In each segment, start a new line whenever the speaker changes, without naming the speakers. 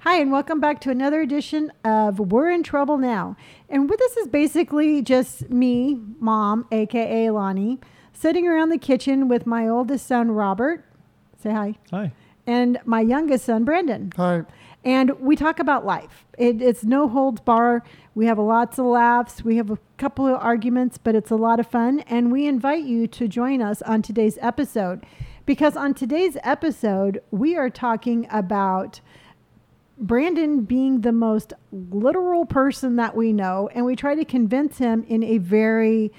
Hi, and welcome back to another edition of We're in Trouble Now. And what this is basically just me, mom, aka Lonnie, sitting around the kitchen with my oldest son, Robert. Say hi.
Hi.
And my youngest son, Brandon.
Hi.
And we talk about life. It, it's no holds bar. We have lots of laughs. We have a couple of arguments, but it's a lot of fun. And we invite you to join us on today's episode because on today's episode, we are talking about Brandon being the most literal person that we know. And we try to convince him in a very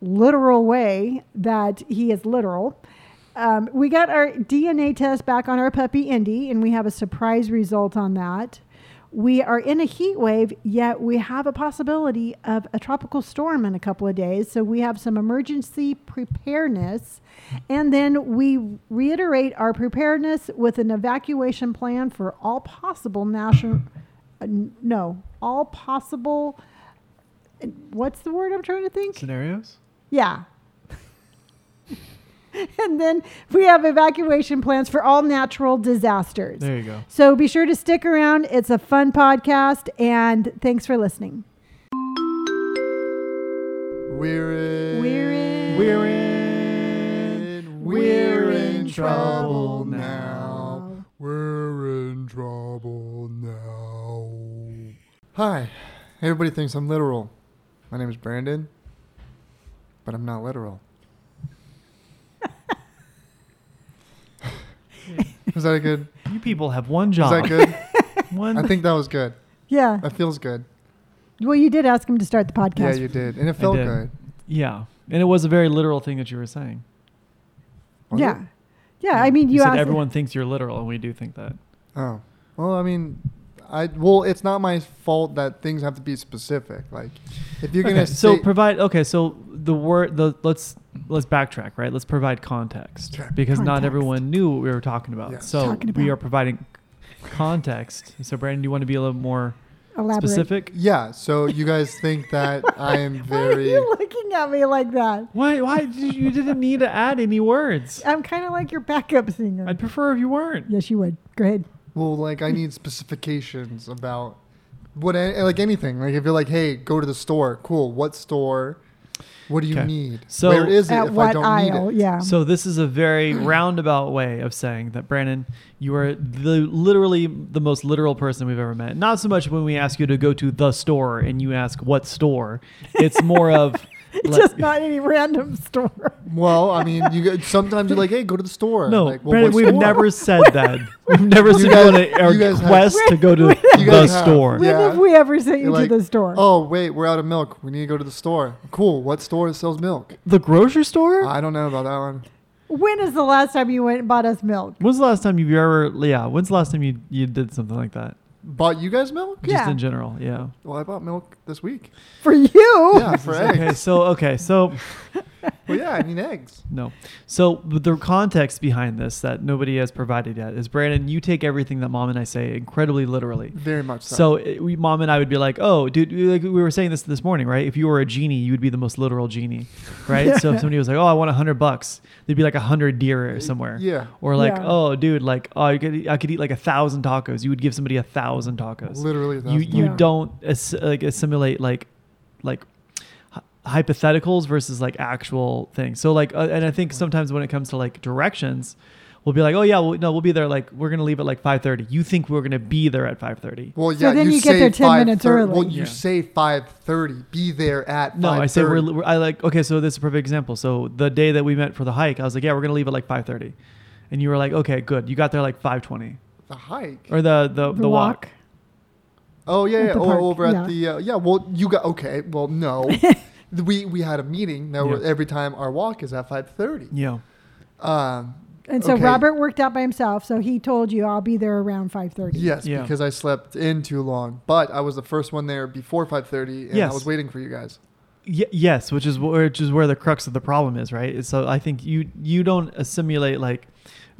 literal way that he is literal. Um, we got our DNA test back on our puppy Indy, and we have a surprise result on that. We are in a heat wave, yet we have a possibility of a tropical storm in a couple of days. So we have some emergency preparedness. And then we reiterate our preparedness with an evacuation plan for all possible national, uh, n- no, all possible, what's the word I'm trying to think?
Scenarios?
Yeah. and then we have evacuation plans for all natural disasters.
There you go.
So be sure to stick around. It's a fun podcast, and thanks for listening.
We're in.
We're in.
We're in.
in. We're in trouble now. We're in trouble now. Hi. Everybody thinks I'm literal. My name is Brandon, but I'm not literal. was that a good?
You people have one
Was
job.
that good?
One.
I think that was good.
Yeah.
That feels good.
Well, you did ask him to start the podcast.
Yeah, you did, and it felt
did.
good.
yeah, and it was a very literal thing that you were saying.
Was
yeah.
it?
Yeah, I mean, you,
said
asked
everyone thinks you're literal, and we do think that.
Oh. Well, I mean, I well, it's not my fault that things have to be specific. Like, if you're
okay,
gonna
so
say-
provide. Okay, so the word the let's let's backtrack, right? Let's provide context
Sure.
because not
Context.
everyone knew what we were talking about.
Yes.
So
Talking
we
about.
are providing context. So Brandon, do you want to be a little more
elaborate.
specific?
yeah, so you guys think that I am
Why
very
are you looking at me like that?
Why? Why did you, you didn't need to add any words?
I'm kind of like your backup singer.
I'd prefer if you weren't.
yes, you would. Go ahead.
well, like I need specifications about what I, like anything. Like, if you're like, hey, go to the store, cool. What store? What do you
'Kay.
need?
So-
Where is it
at
if
what
I don't
aisle?
need it?
Yeah.
So this is a very roundabout way of saying that Brandon, you are the literally the most literal person we've ever met. Not so much when we ask you to go to the store and you ask what store. It's more of like-
Just not any random store.
Well, I mean, you guys, sometimes you're like, hey, go to the store.
no,
like, well,
Brandon.
what
We've
store?
never said that. We've never
You
said
guys-
on a our
you guys have-
quest to go to
You
the
guys have.
store.
When
Yeah.
have we ever sent you
You're like,
to the store?
Oh wait, we're out of milk. We need to go to the store. Cool. What store sells milk?
The grocery store.
I don't know about that one.
When is the last time you went and bought us milk?
When's the last time you ever? Yeah. When's the last time you you did something like that?
Bought you guys milk?
Yeah.
Just in general. Yeah.
Well, I bought milk this week.
For you?
Yeah, for
Okay.
eggs.
So okay. So
Well, yeah, I mean eggs.
No. So but the context behind this that nobody has provided yet is Brandon, you take everything that mom and I say incredibly literally.
Very much so.
So it, we, mom and I would be like, "Oh, dude, we- like we were saying this this morning, right? If you were a genie, you would be the most literal genie, right? So if somebody was like, "Oh, I want a hundred bucks," they'd be like a hundred deer or somewhere,
Yeah.
Or like,
Yeah.
"Oh, dude, like, oh, I could, I could eat like a thousand tacos." You would give somebody a thousand tacos
Literally,
you
that's
you
Yeah.
don't ass- like assimilate like like hy- hypotheticals versus like actual things. So like, uh, and I think sometimes when it comes to like directions, we'll be like, oh yeah, well, no, we'll be there. Like we're gonna leave at like five thirty. You think we're gonna be there at five thirty?
Well,
So
yeah.
then you get
say
there 10 minutes
5:30
early.
Well, you
Yeah.
say five thirty. Be there at.
No, I said we're,
5:30.
we're. I like okay. So this is a perfect example. So the day that we met for the hike, I was like, yeah, we're gonna leave at like five thirty, and you were like, okay, good. You got there like five twenty
the hike.
or the the, the, walk.
oh yeah,
at
yeah.
the
oh,
park,
over at
yeah.
the uh, yeah. Well, you got okay. Well, no. We, we had a meeting that
Yeah.
we're- every time our walk is at 5.30
Yeah.
um,
And so
Okay.
Robert worked out by himself, so he told you I'll be there around five thirty.
yes
Yeah.
because i slept in too long but i was the first one there before 5.30 and
Yes.
i was waiting for you guys
Y- yes, which is wh- which is where the crux of the problem is, right? So I think you you don't assimilate like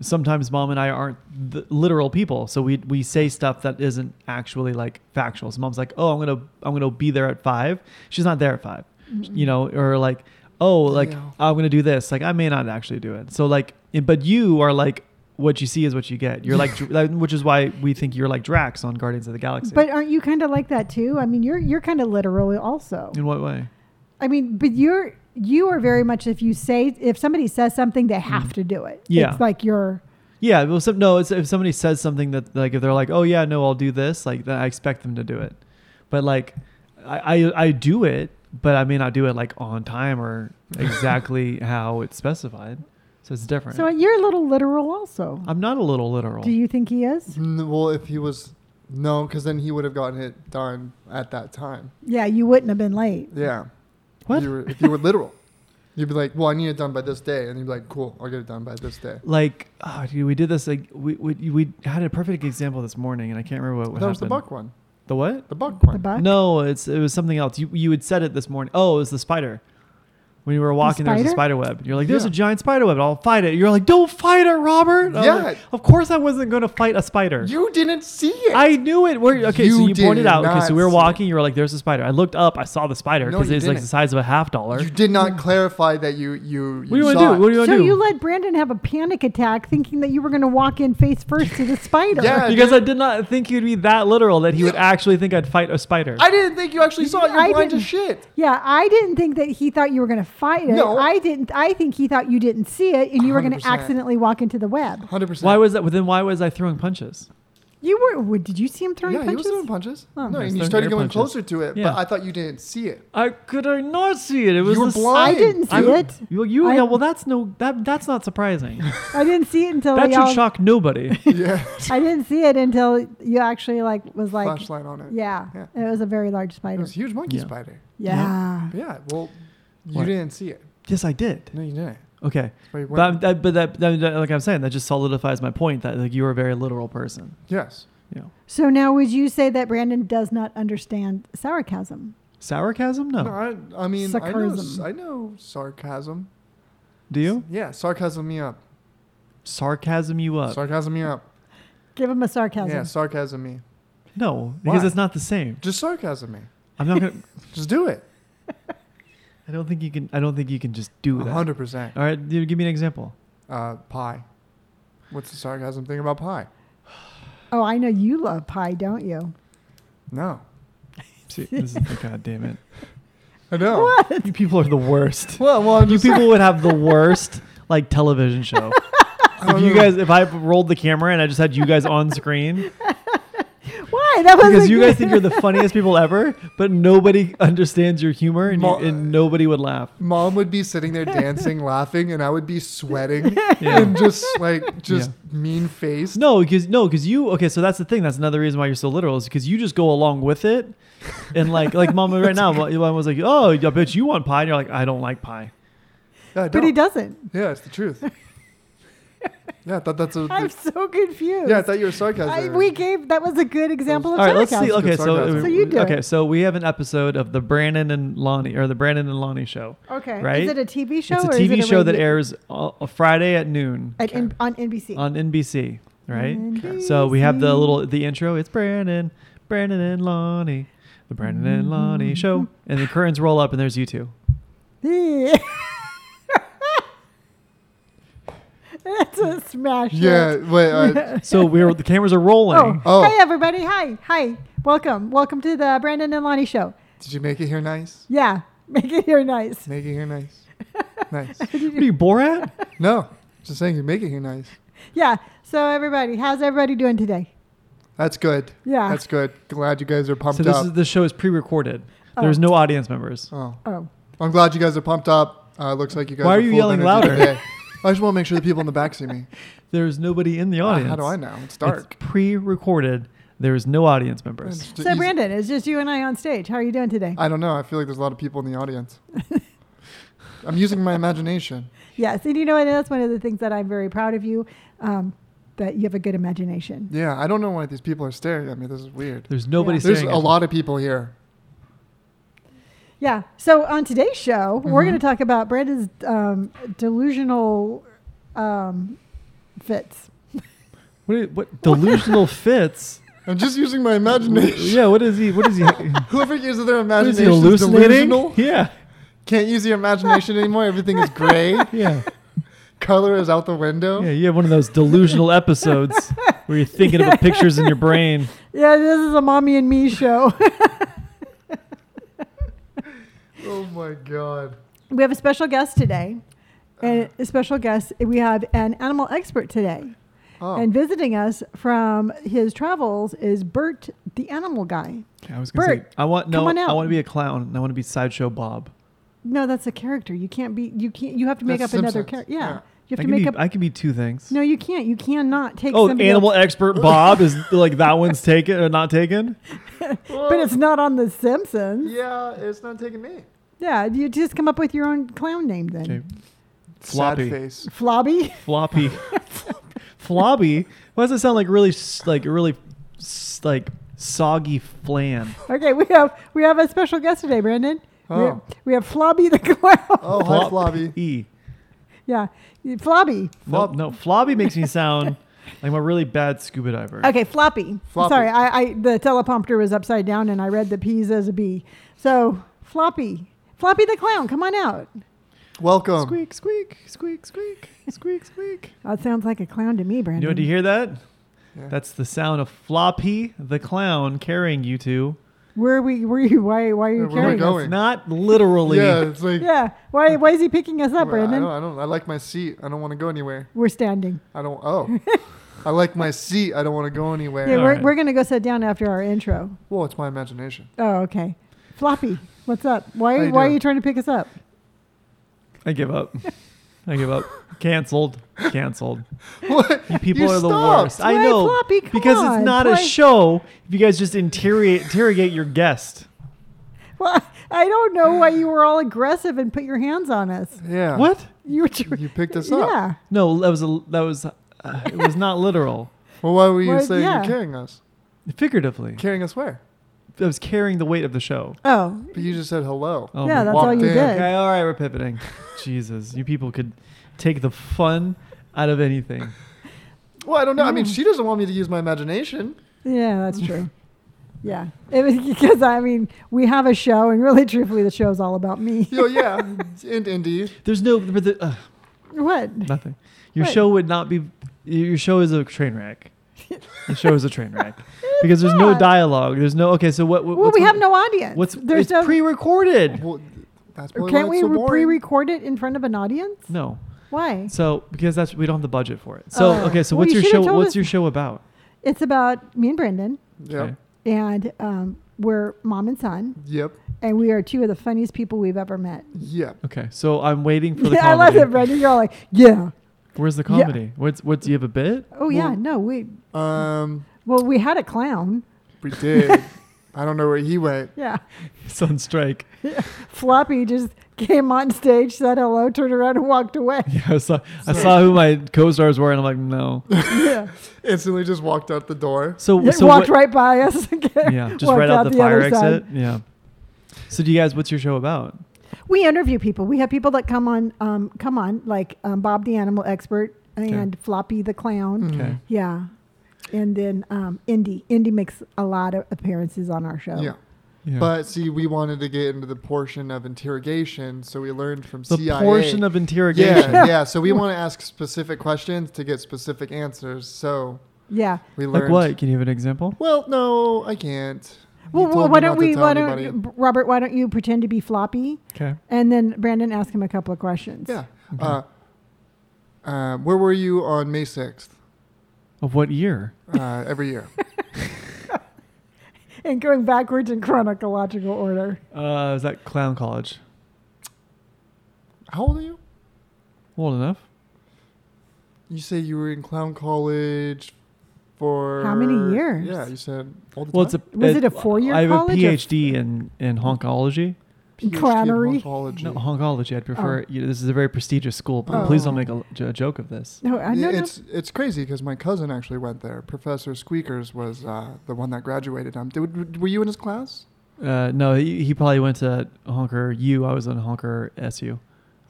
sometimes mom and I aren't the literal people, so we we say stuff that isn't actually like factual. So mom's like, "Oh, I'm gonna I'm gonna be there at five. She's not there at 5 Mm-hmm.
Mm-hmm.
you know, or like, "Oh, like
Yeah.
I'm gonna do this." Like I may not actually do it. So like, but you are like. what you see is what you get. You're like, Dr- which is why we think you're like Drax on Guardians of the Galaxy.
But aren't you kind of like that too? I mean, you're you're kind of literal also.
in what way?
I mean, but you're you are very much if you say if somebody says something, they have to do it.
Mm-hmm. Yeah.
it's like you're
Yeah, well, some, no. It's, if somebody says something that like if they're like, oh yeah, no, I'll do this, like then I expect them to do it. But like, I I, I do it, but I may not do it like on time or exactly how it's specified. So it's different.
so you're a little literal also.
I'm not a little literal.
Do you think he is?
N- well, if he was no, because then he would have gotten it done at that time.
Yeah, you wouldn't have been late.
Yeah.
What?
If you were, if you were literal, you'd be like, "Well, I need it done by this day," and you'd be like, "Cool, I'll get it done by this day."
like, oh, dude, we did this. Like, we, we we had a perfect example this morning, and I can't remember what,
That
happened.
was the buck one.
The what?
The buck
The
one.
buck.
No, it's it was something else. You you had said it this morning. Oh, it was the spider. When you were walking, there was a
spider?
spider web. You're like, "There's
Yeah.
a giant spider web. I'll fight it." You're like, "Don't fight it, Robert." And I'm
Yeah.
like, of course, I wasn't going to fight a spider.
You didn't see it.
I knew it. We're, okay, so
You
you pointed
did
out. Okay,
not
so we were
see
walking. You were like, "There's a spider." I looked up. I saw the spider
No,
because
you
it's like the
didn't.
size of a half dollar.
You did not clarify that you you. you
what do you want to
saw
do? What do you want
So
to do?
you let Brandon have a panic attack, thinking that you were going to walk in face first to the spider.
Yeah.
because I did not think you'd be that literal that he would actually think I'd fight a spider.
I didn't think you actually saw it. You're
I
blind
didn't-
as shit.
Yeah, I didn't think that he thought you were going to fight it.
No.
I didn't. I think he thought you didn't see it, and you were going to
100%.
accidentally walk into the web.
Hundred percent.
why was that? Then why was I throwing punches?
You were. w- Did you see him throwing
Yeah, he was
punches?
throwing punches.
Oh.
No,
He
was
and you
throwing
started
air
going
punches.
closer to it,
Yeah.
but I thought you didn't see it.
I could I not see it? It was
were
the s-
blind.
I didn't see
I-
it.
You, you
I-
yeah, well, that's no that that's not surprising.
I didn't see it until
that
y'all,
should shock nobody.
yeah.
I didn't see it until you actually like was like,
Flashlight on it.
yeah,
Yeah.
And it was a very large
It
spider.
was a huge monkey
Yeah.
spider.
yeah.
Yeah. Well, you
What?
didn't see it.
yes, I did.
No, you didn't.
Okay,
But you
but I'm-
went-
that, but that, that- that- like I'm saying, that just solidifies my point that like you are a very literal person.
yes.
You know,
So now, would you say that Brandon does not understand sarcasm?
sarcasm? No.
No, I, I mean, I know, s-
Sarcasm.
I know sarcasm.
Do you
Yeah, sarcasm me up.
sarcasm you up?
Sarcasm me up.
Give him a sarcasm.
Yeah, sarcasm me.
no, because
Why?
it's not the same.
Just sarcasm me.
I'm not gonna.
Just do it.
I don't think you can. I don't think you can just do that.
100%.
All right, dude, give me an example.
Uh, pie. What's the sarcasm thing about pie?
Oh, I know you love pie, don't you?
No.
See, this is the god damn it.
I know.
You people are the worst.
Well, well, I'm
You
just,
people would have the worst like television show.
I
if you
don't
guys, if I rolled the camera and I just had you guys on screen,
Why? That was
because
a
you guys
good-
think you're the funniest people ever, but nobody understands your humor and, you,
Mo-
and nobody would laugh.
Mom would be sitting there dancing, laughing, and I would be sweating
Yeah.
and just like just mean faced.
No, because no, because you okay. So that's the thing. That's another reason why you're so literal is because you just go along with it, and like like Mama right now, Mama was like, "Oh, I bet you want pie," and you're like, "I don't like pie."
Yeah, I
but he
don't.
doesn't.
Yeah, it's the truth. yeah, I thought that's a.
I'm so confused.
yeah, I thought you were sarcasm.
I, we gave that was a good example of
All right, let's
sarcasm.
see. Okay, so,
sarcasm.
So you do
okay,
it.
so we have an episode of the Brandon and Lonnie or the Brandon and Lonnie show.
Okay,
Right?
Is it a TV show?
it's a
or is
TV
it
show that
radio-
airs uh, a Friday at noon
at N- on NBC.
on NBC, right? So we have the little the intro. It's Brandon, Brandon and Lonnie, the Brandon and
Mm-hmm.
Lonnie show, and the curtains roll up, and there's you two.
That's a smash. hit.
Yeah, wait. uh, I,
So we're the cameras are rolling.
Oh,
Oh.
hi everybody. Hi, hi. Welcome, welcome to the Brandon and Lonnie show.
did you make it here nice?
Yeah, make it here nice.
Make it here nice. Nice.
What are you Borat?
No, just saying you make it here nice.
Yeah. So everybody, how's everybody doing today?
That's good.
Yeah.
That's good. Glad you guys are pumped
so this
up.
is the show is pre-recorded.
Oh.
There's no audience members.
oh,
Oh,
I'm glad you guys are pumped up. Uh, looks like you guys.
Why are
are
you
full of
yelling louder?
energy today. I just want to make sure the people in the back see me.
There's nobody in the audience.
How do I know? It's dark.
It's pre-recorded. There is no audience members.
It's
so
just easy.
Brandon, it's just you and I on stage. How are you doing today?
I don't know. I feel like there's a lot of people in the audience. I'm using my imagination.
Yes, and you know what? That's one of the things that I'm very proud of you, um, that you have a good imagination.
Yeah, I don't know why these people are staring at me. This is weird.
There's nobody.
Yeah.
There's
staring
a
at
lot of people here.
Yeah. So on today's show, we're
Mm-hmm.
going to talk about Brandon's um, delusional um, fits.
What, are- what delusional fits?
I'm just using my imagination.
Yeah, what is he? What is he? what
Whoever uses their
is
imagination
he
is
hallucinating?
delusional.
Yeah,
Can't use your imagination anymore. Everything is gray.
yeah.
color is out the window.
Yeah, you have one of those delusional episodes where you're thinking about pictures in your brain.
Yeah, this is a mommy and me show.
Oh my god.
we have a special guest today. And
Uh-huh.
a special guest, we have an animal expert today.
Oh.
And visiting us from his travels is Bert the animal guy.
I was gonna say
Bert,
I want no
come on
I
out.
want to be a clown and I want to be sideshow Bob.
No, that's a character. You can't be you can't you have to make
That's
up another
Simpsons.
character. Yeah.
Yeah.
You have to
I can
make
be
up
I can be two things.
No, you can't. You cannot take
oh,
somebody
animal
else-
expert Bob is like that one's taken or not taken.
but it's not on the Simpsons.
yeah, it's not taking me.
Yeah, you just come up with your own clown name then.
Okay.
Sad
Floppy.
face.
Flobby.
Floppy. Floppy. Why does it sound like really s- like really s- like soggy flan?
Okay, we have we have a special guest today, Brandon. We have-
Oh.
We have Flobby the clown.
Oh, hi, Floppy.
E.
Yeah, Flobby.
Nope, no, floppy makes me sound like I'm a really bad scuba diver.
Okay, floppy.
Floppy.
Sorry, I, I the teleprompter was upside down and I read the P's as a B. So floppy, floppy the clown, come on out.
Welcome.
Squeak, squeak, squeak, squeak, squeak, squeak.
That sounds like a clown to me,
You
Brandon.
know, do you hear that?
Yeah.
That's the sound of Floppy the clown carrying you two.
where are we? Where are you? Why? Why are you
Where are we
carrying
going?
us?
It's not literally.
Yeah, it's like
Yeah. Why? Why is he picking us up,
I don't,
Brandon?
I don't I like my seat. I don't want to go anywhere.
We're standing.
I don't oh. I like my seat. I don't want to go anywhere.
Yeah,
All
we're,
right.
we're gonna go sit down after our intro.
Well, it's my imagination.
Oh, okay. Floppy, what's up?
How
Why?
you
Why are
doing?
you trying to pick us up?
I give up. I give up. Canceled. Canceled.
What?
You people
You
are the
stopped.
worst. I
Play
know.
Floppy, come
because
on,
it's not a
play.
show if you guys just interrogate, interrogate your guest.
Well, I don't know why you were all aggressive and put your hands on us.
Yeah.
What?
You were. tr-
You picked us up.
yeah.
No, that was a, that was uh, it was not literal.
Well, why were you
Well,
saying
yeah.
you're carrying us?
Figuratively.
Carrying us where?
I was carrying the weight of the show.
Oh,
But you just said hello.
Oh
yeah.
my
That's
Walked
all you
in.
did.
Okay, all right, we're pivoting. Jesus, you people could take the fun out of anything.
Well, I don't know. I
Hmm.
mean, she doesn't want me to use my imagination.
Yeah, that's true. Yeah, it was because I mean we have a show, and really, truthfully, the show is all about me.
Yo, Oh, yeah. and indeed.
There's no but the, uh,
what?
nothing. Your
Right.
show would not be. Your show is a train wreck. The show is a train wreck because there's
not.
no dialogue. There's no okay. So what? what
Well,
what's
we have
what-
no audience.
What's
there's
it's
no.
pre-recorded?
Well, that's probably
can't
why
we
it's so
re-
boring.
pre-record it in front of an audience?
No.
Why?
So because that's we don't have the budget for it. So
Oh.
okay. So
Well,
what's
you
your
should've
show?
told
What's
us.
your show about?
It's about me and Brendan,
Yep.
Okay.
and um, we're mom and son,
Yep.
and we are two of the funniest people we've ever met.
Yep.
Okay. So I'm waiting for the.
I love
comedy.
it, Brendan. You're all like, yeah.
Where's the comedy? What's what? Do you have a bit?
Oh yeah,
Well-
no, we
Um,
well we had a clown.
we did. I don't know where he went.
Yeah.
Sun strike.
Floppy just came on stage, said hello, turned around, and walked away.
Yeah, I saw, I saw who my co-stars were, and I'm like, no.
Yeah.
Instantly just walked out the door.
So,
It
so
walked
what,
right by us.
yeah, just
walked
right out, the, fire
other side.
exit. Yeah. So, do you guys, what's your show about?
We interview people. We have people that come on, um, come on, like um, Bob the animal expert and Floppy the clown.
Okay.
Yeah, and then um, Indy. Indy makes a lot of appearances on our show.
Yeah.
Yeah.
But see, we wanted to get into the portion of interrogation, so we learned from
the
CIA.
portion of
yeah,
interrogation.
yeah, So we want to ask specific questions to get specific answers. So
yeah.
we
Like
learned.
what? Can you give an example?
Well, no, I can't. He
Well,
told
why
me
don't
not to
we?
tell
Why don't
anybody.
B- Robert? Why don't you pretend to be Floppy,
Okay.
and then Brandon ask him a couple of questions.
Yeah. Uh, uh, where were you on May sixth?
Of what year?
Uh, every year.
and going backwards in chronological order.
Uh, is that Clown College?
How old are you?
Old enough?
You say you were in clown college for
How many years?
Yeah, you said all the
Well, it's
time.
a.
Was it a four-year
I have
college or-
a PhD in in honkology.
PhD in
Clownery.
oncology.
No, honkology. I'd prefer. You this is a very prestigious school, but
Oh.
please don't make a, j- a joke of this.
No, I know. no.
it's it's crazy because my cousin actually went there. Professor Squeakers was uh, the one that graduated. Um, did, were you in his class?
Uh, no, he, he probably went to honker U. I was on honker SU.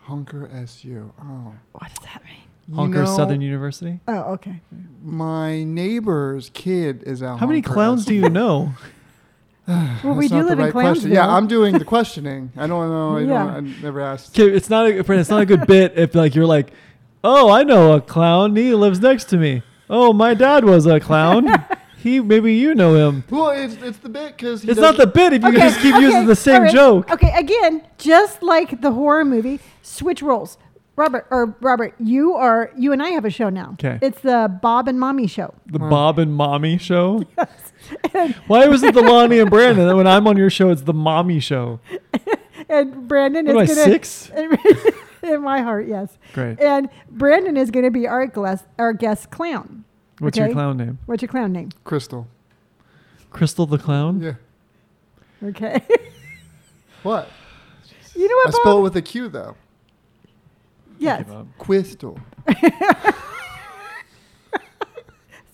Hunker SU. Oh,
What does that mean?
You
Honker
know,
Southern University.
Oh, okay.
My neighbor's kid is out.
How many clowns do you know?
Well, we do live in Clownsville.
Yeah, I'm doing the questioning. I don't know. I,
Yeah.
don't, I never asked.
Okay, it's not a friend, it's not a good bit if like you're like Oh, I know a clown. He lives next to me. Oh, my dad was a clown. he maybe you know him.
Well, it's, it's the bit because
It's not the bit if you just keep using the same
all right.
joke.
Okay, again, just like the horror movie, switch roles. Robert or Robert, you are you and I have a show now.
'Kay.
It's the Bob and Mommy show.
The Bob and Mommy show. Why was it the Lonnie and Brandon? And when I'm on your show, it's the Mommy show.
And Brandon
What am I,
is gonna
six?
in my heart, yes.
Great.
And Brandon is gonna be our guest our guest clown.
What's your
okay.
clown name?
What's your clown name?
crystal.
Crystal the clown.
Yeah.
Okay.
What?
you know what
I
Bob?
spell it with a Q though.
yes.
Give up.
Crystal.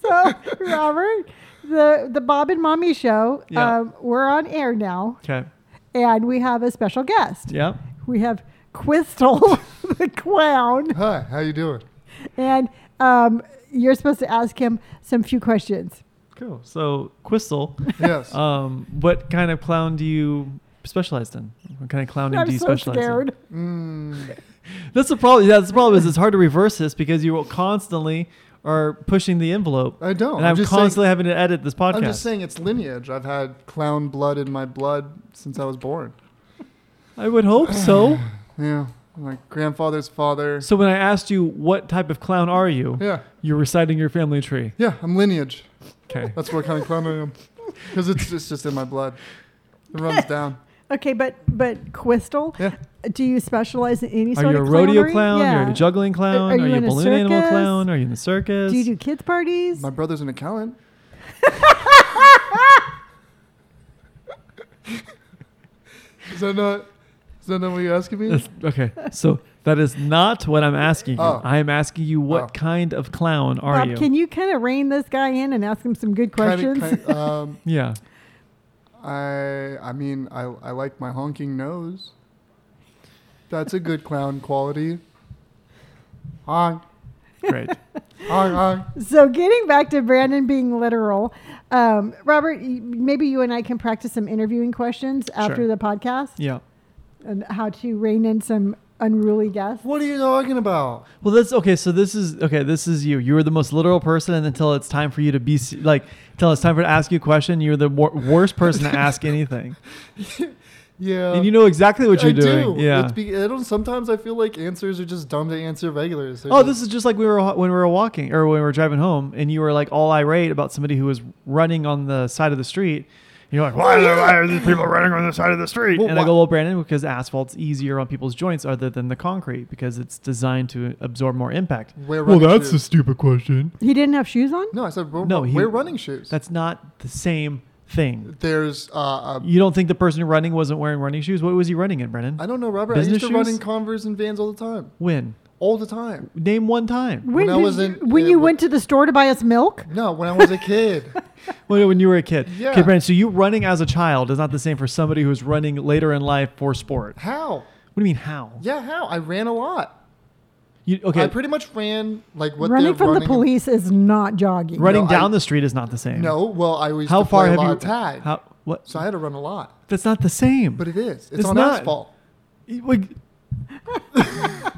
So Robert, the the Bob and Mommy show,
Yeah.
um, we're on air now
Okay.
and we have a special guest.
Yeah.
We have Quistel the clown.
Hi, how you doing?
and um, you're supposed to ask him some few questions.
Cool. So Crystal,
Yes.
um, what kind of clown do you specialize in? What kind of clowning do
I'm
you
so
specialize
scared.
mm,
in? That's the problem. Yeah, that's the problem is it's hard to reverse this because you constantly are pushing the envelope.
I don't.
and I'm,
just
constantly having to edit this podcast.
Saying, I'm just saying it's lineage. I've had clown blood in my blood since I was born.
I would hope so.
Yeah. My grandfather's father.
So when I asked you what type of clown are you,
Yeah.
you're reciting your family tree.
Yeah, I'm lineage.
Okay.
That's what kind of clown I am. Because it's, it's just in my blood. It runs down.
Okay, but but Quistel,
Yeah.
do you specialize in any
Are
sort
you a
of
rodeo
clownery?
clown?
Yeah.
You're a juggling clown?
are you
Are, you, a
in a
balloon animal
circus?
clown? Are you in the circus?
Do you do kids parties?
My brother's an accountant. Is that not? Is that not what you're asking me?
That's- okay. So that is not what I'm asking you.
Oh.
I am asking you what
Oh.
kind of clown are
Bob,
you?
can you kind of rein this guy in and ask him some good
Kinda-
questions?
kinda- um,
yeah.
I I mean I I like my honking nose. That's a good clown quality. Honk,
Great.
honk, honk.
so, getting back to Brandon being literal, um, Robert, y- maybe you and I can practice some interviewing questions after
Sure.
the podcast
yeah.
and how to rein in some unruly guests.
What are you talking about?
Well, that's okay. So this is okay. This is you. You are the most literal person, and until it's time for you to be s- like, until it's time for to ask you a question, you're the wor- worst person to ask anything,
Yeah.
and you know exactly what you're
I
doing.
do.
Yeah.
It's be, I don't. Sometimes I feel like answers are just dumb to answer regulars. They're
Oh,
just-
this is just like we were when we were walking or when we were driving home, and you were like all irate about somebody who was running on the side of the street. You're like, why are, there, why are these people running on the side of the street?
Well,
and I
why-
go, well, Brandon, because asphalt's easier on people's joints other than the concrete because it's designed to absorb more impact.
Wear running shoes.
stupid question.
He didn't have shoes on?
no. I said we're,
No, he-
we're running shoes.
That's not the same thing.
There's uh, a
You don't think the person running wasn't wearing running shoes? What was he running in, Brennan?
I don't know, Robert. I
Business
used to run
shoes?
in Converse and Vans all the time.
When?
All the time.
Name one time.
When,
When I
did
was
you,
in-
when
uh,
you
when-
went to the store to buy us milk?
No, when I was a kid.
When, when you were a kid.
Yeah.
Okay, Brennan, so you running as a child is not the same for somebody who's running later in life for sport.
how?
What do you mean how?
Yeah, how? I ran a lot.
You, okay,
I pretty much ran like what
running
they're
from
running.
the police is not jogging.
running
No, I-
down the street is not the same.
No, well, I used
how
to
far
play
have
a lot
you?
of tag,
How? What?
so I had to run a lot.
That's not the same.
But it is. It's,
It's
on
not.
asphalt.
You- like,
I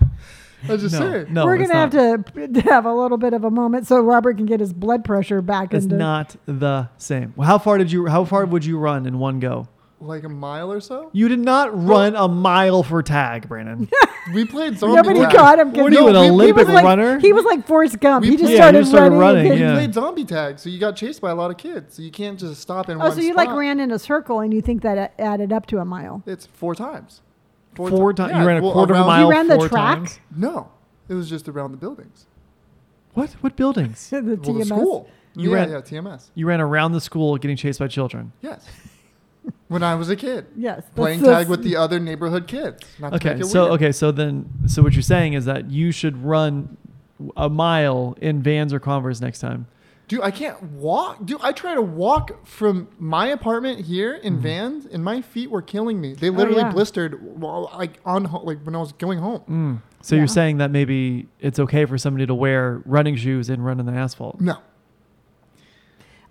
was just
no,
saying.
no,
We're
it's
gonna have
not.
to have a little bit of a moment so Robert can get his blood pressure back.
It's
into,
not the same. Well, How far did you? How far would you run in one go?
Like a mile or so.
You did not run a mile for tag, Brandon.
We played zombie.
Nobody
tag.
caught him. 'cause
What are you,
he-
an
he was
Olympic
like-
runner?
He was like Forrest Gump.
We
He just
played-
Yeah,
started,
he started
running.
running,
and-
yeah.
We played zombie tag, so you got chased by a lot of kids. So you can't just stop in
Oh,
one
so you like
spot.
ran in a circle and you think that a- added up to a mile?
It's four times.
Four
ti-
times.
yeah,
you ran a
well,
quarter of a
around-
mile.
You ran the
four
track?
times?
No, it was just around the buildings.
What? What buildings?
To the
Well, the
TMS.
school. uh,
You
yeah,
ran-
yeah, TMS.
You ran around the school getting chased by children.
Yes. when I was a kid,
Yes. that's-
playing
that's-
tag with the other neighborhood kids. Not to
Okay,
make it
so
weird.
okay, so then, so what you're saying is that you should run a mile in Vans or Converse next time.
Dude, I can't walk. Dude, I try to walk from my apartment here in Vans, and my feet were killing me. They literally
yeah.
blistered, while, like on ho- like when I was going home.
So
Yeah.
you're saying that maybe it's okay for somebody to wear running shoes and run on the asphalt.
No,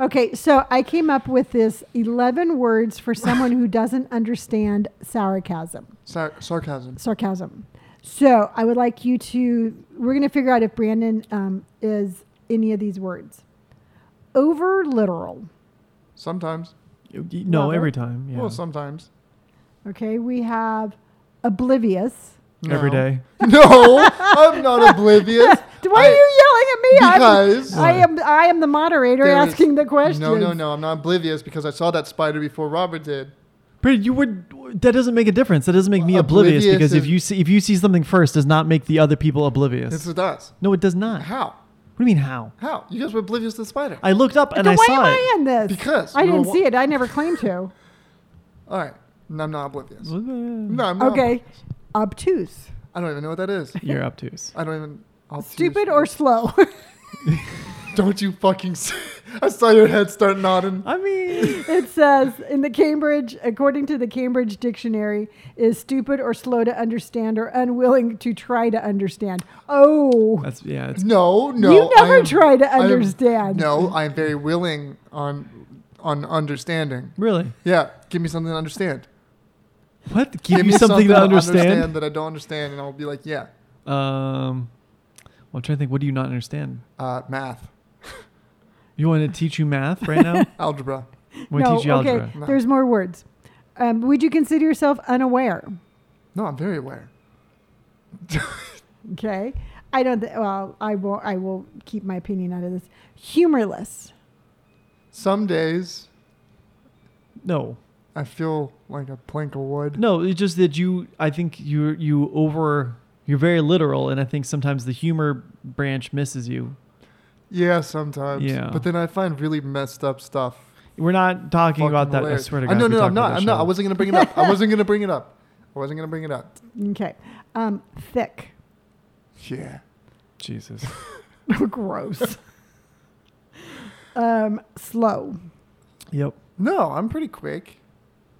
Okay, so I came up with this 11 words for someone who doesn't understand sarcasm.
Sar- sarcasm.
sarcasm. So I would like you to, we're going to figure out if Brandon um, is any of these words. Over literal.
Sometimes.
You- you- No,
Love it.
every time. Yeah.
Well, sometimes.
Okay. We have oblivious.
No.
Every day.
No, I'm not oblivious.
Why
I-
are you yelling at me? I'm-
Because
I am I am the moderator
There is-
asking the question.
No, no, no. I'm not oblivious because I saw that spider before Robert did.
But you would. That doesn't make a difference. That doesn't make me
Well,
oblivious,
oblivious
because if
is-
you see if you see something first, does not make the other people oblivious.
This is us.
no, it does not. What
How?
do you mean how?
How? You guys were oblivious to the spider.
I looked up and
Then
I
why am
saw it.
I in this?
Because
I
you were
didn't
wa-
see it. I never claimed to.
All right. No, I'm not oblivious.
No.
No, I'm not.
Okay. Obtuse.
I don't even know what that is.
You're obtuse.
I don't even. I'll choose-
Stupid or slow.
Don't you fucking. s I I saw your head start nodding.
I mean,
it says in the Cambridge, according to the Cambridge Dictionary, is stupid or slow to understand or unwilling to try to understand. Oh.
that's yeah. It's,
No, no.
You
I
never
am-
try to
I am-
understand.
no, I am very willing on on understanding.
really.
Yeah, give me something to understand.
What? Give, you something, to understand.
that I don't understand, and I'll be like, yeah,
Um, well, I'm trying to think. What do you not understand?
uh, math,
You want to teach you math right now?
algebra.
We
no,
teach you
okay.
algebra.
There's more words. Um, would you consider yourself unaware?
No, I'm very aware.
Okay. I don't. Th- well, I will. I will keep my opinion out of this. Humorless.
Some days
No,
I feel like a plank of wood.
no. It's just that you. I think you you over. You're very literal, and I think sometimes the humor branch misses you.
Yeah, sometimes.
Yeah.
But then I find really messed up stuff.
We're not talking
Fucking
about that. I
hilarious.
swear to
Uh,
God.
no,
if we
no,
talk
I'm
about
not.
that
I'm not. I
show.
wasn't gonna bring it up. I wasn't gonna bring it up. I wasn't gonna bring it up.
Okay. Um, thick.
Yeah.
Jesus.
Gross. um, slow.
Yep.
No, I'm pretty quick.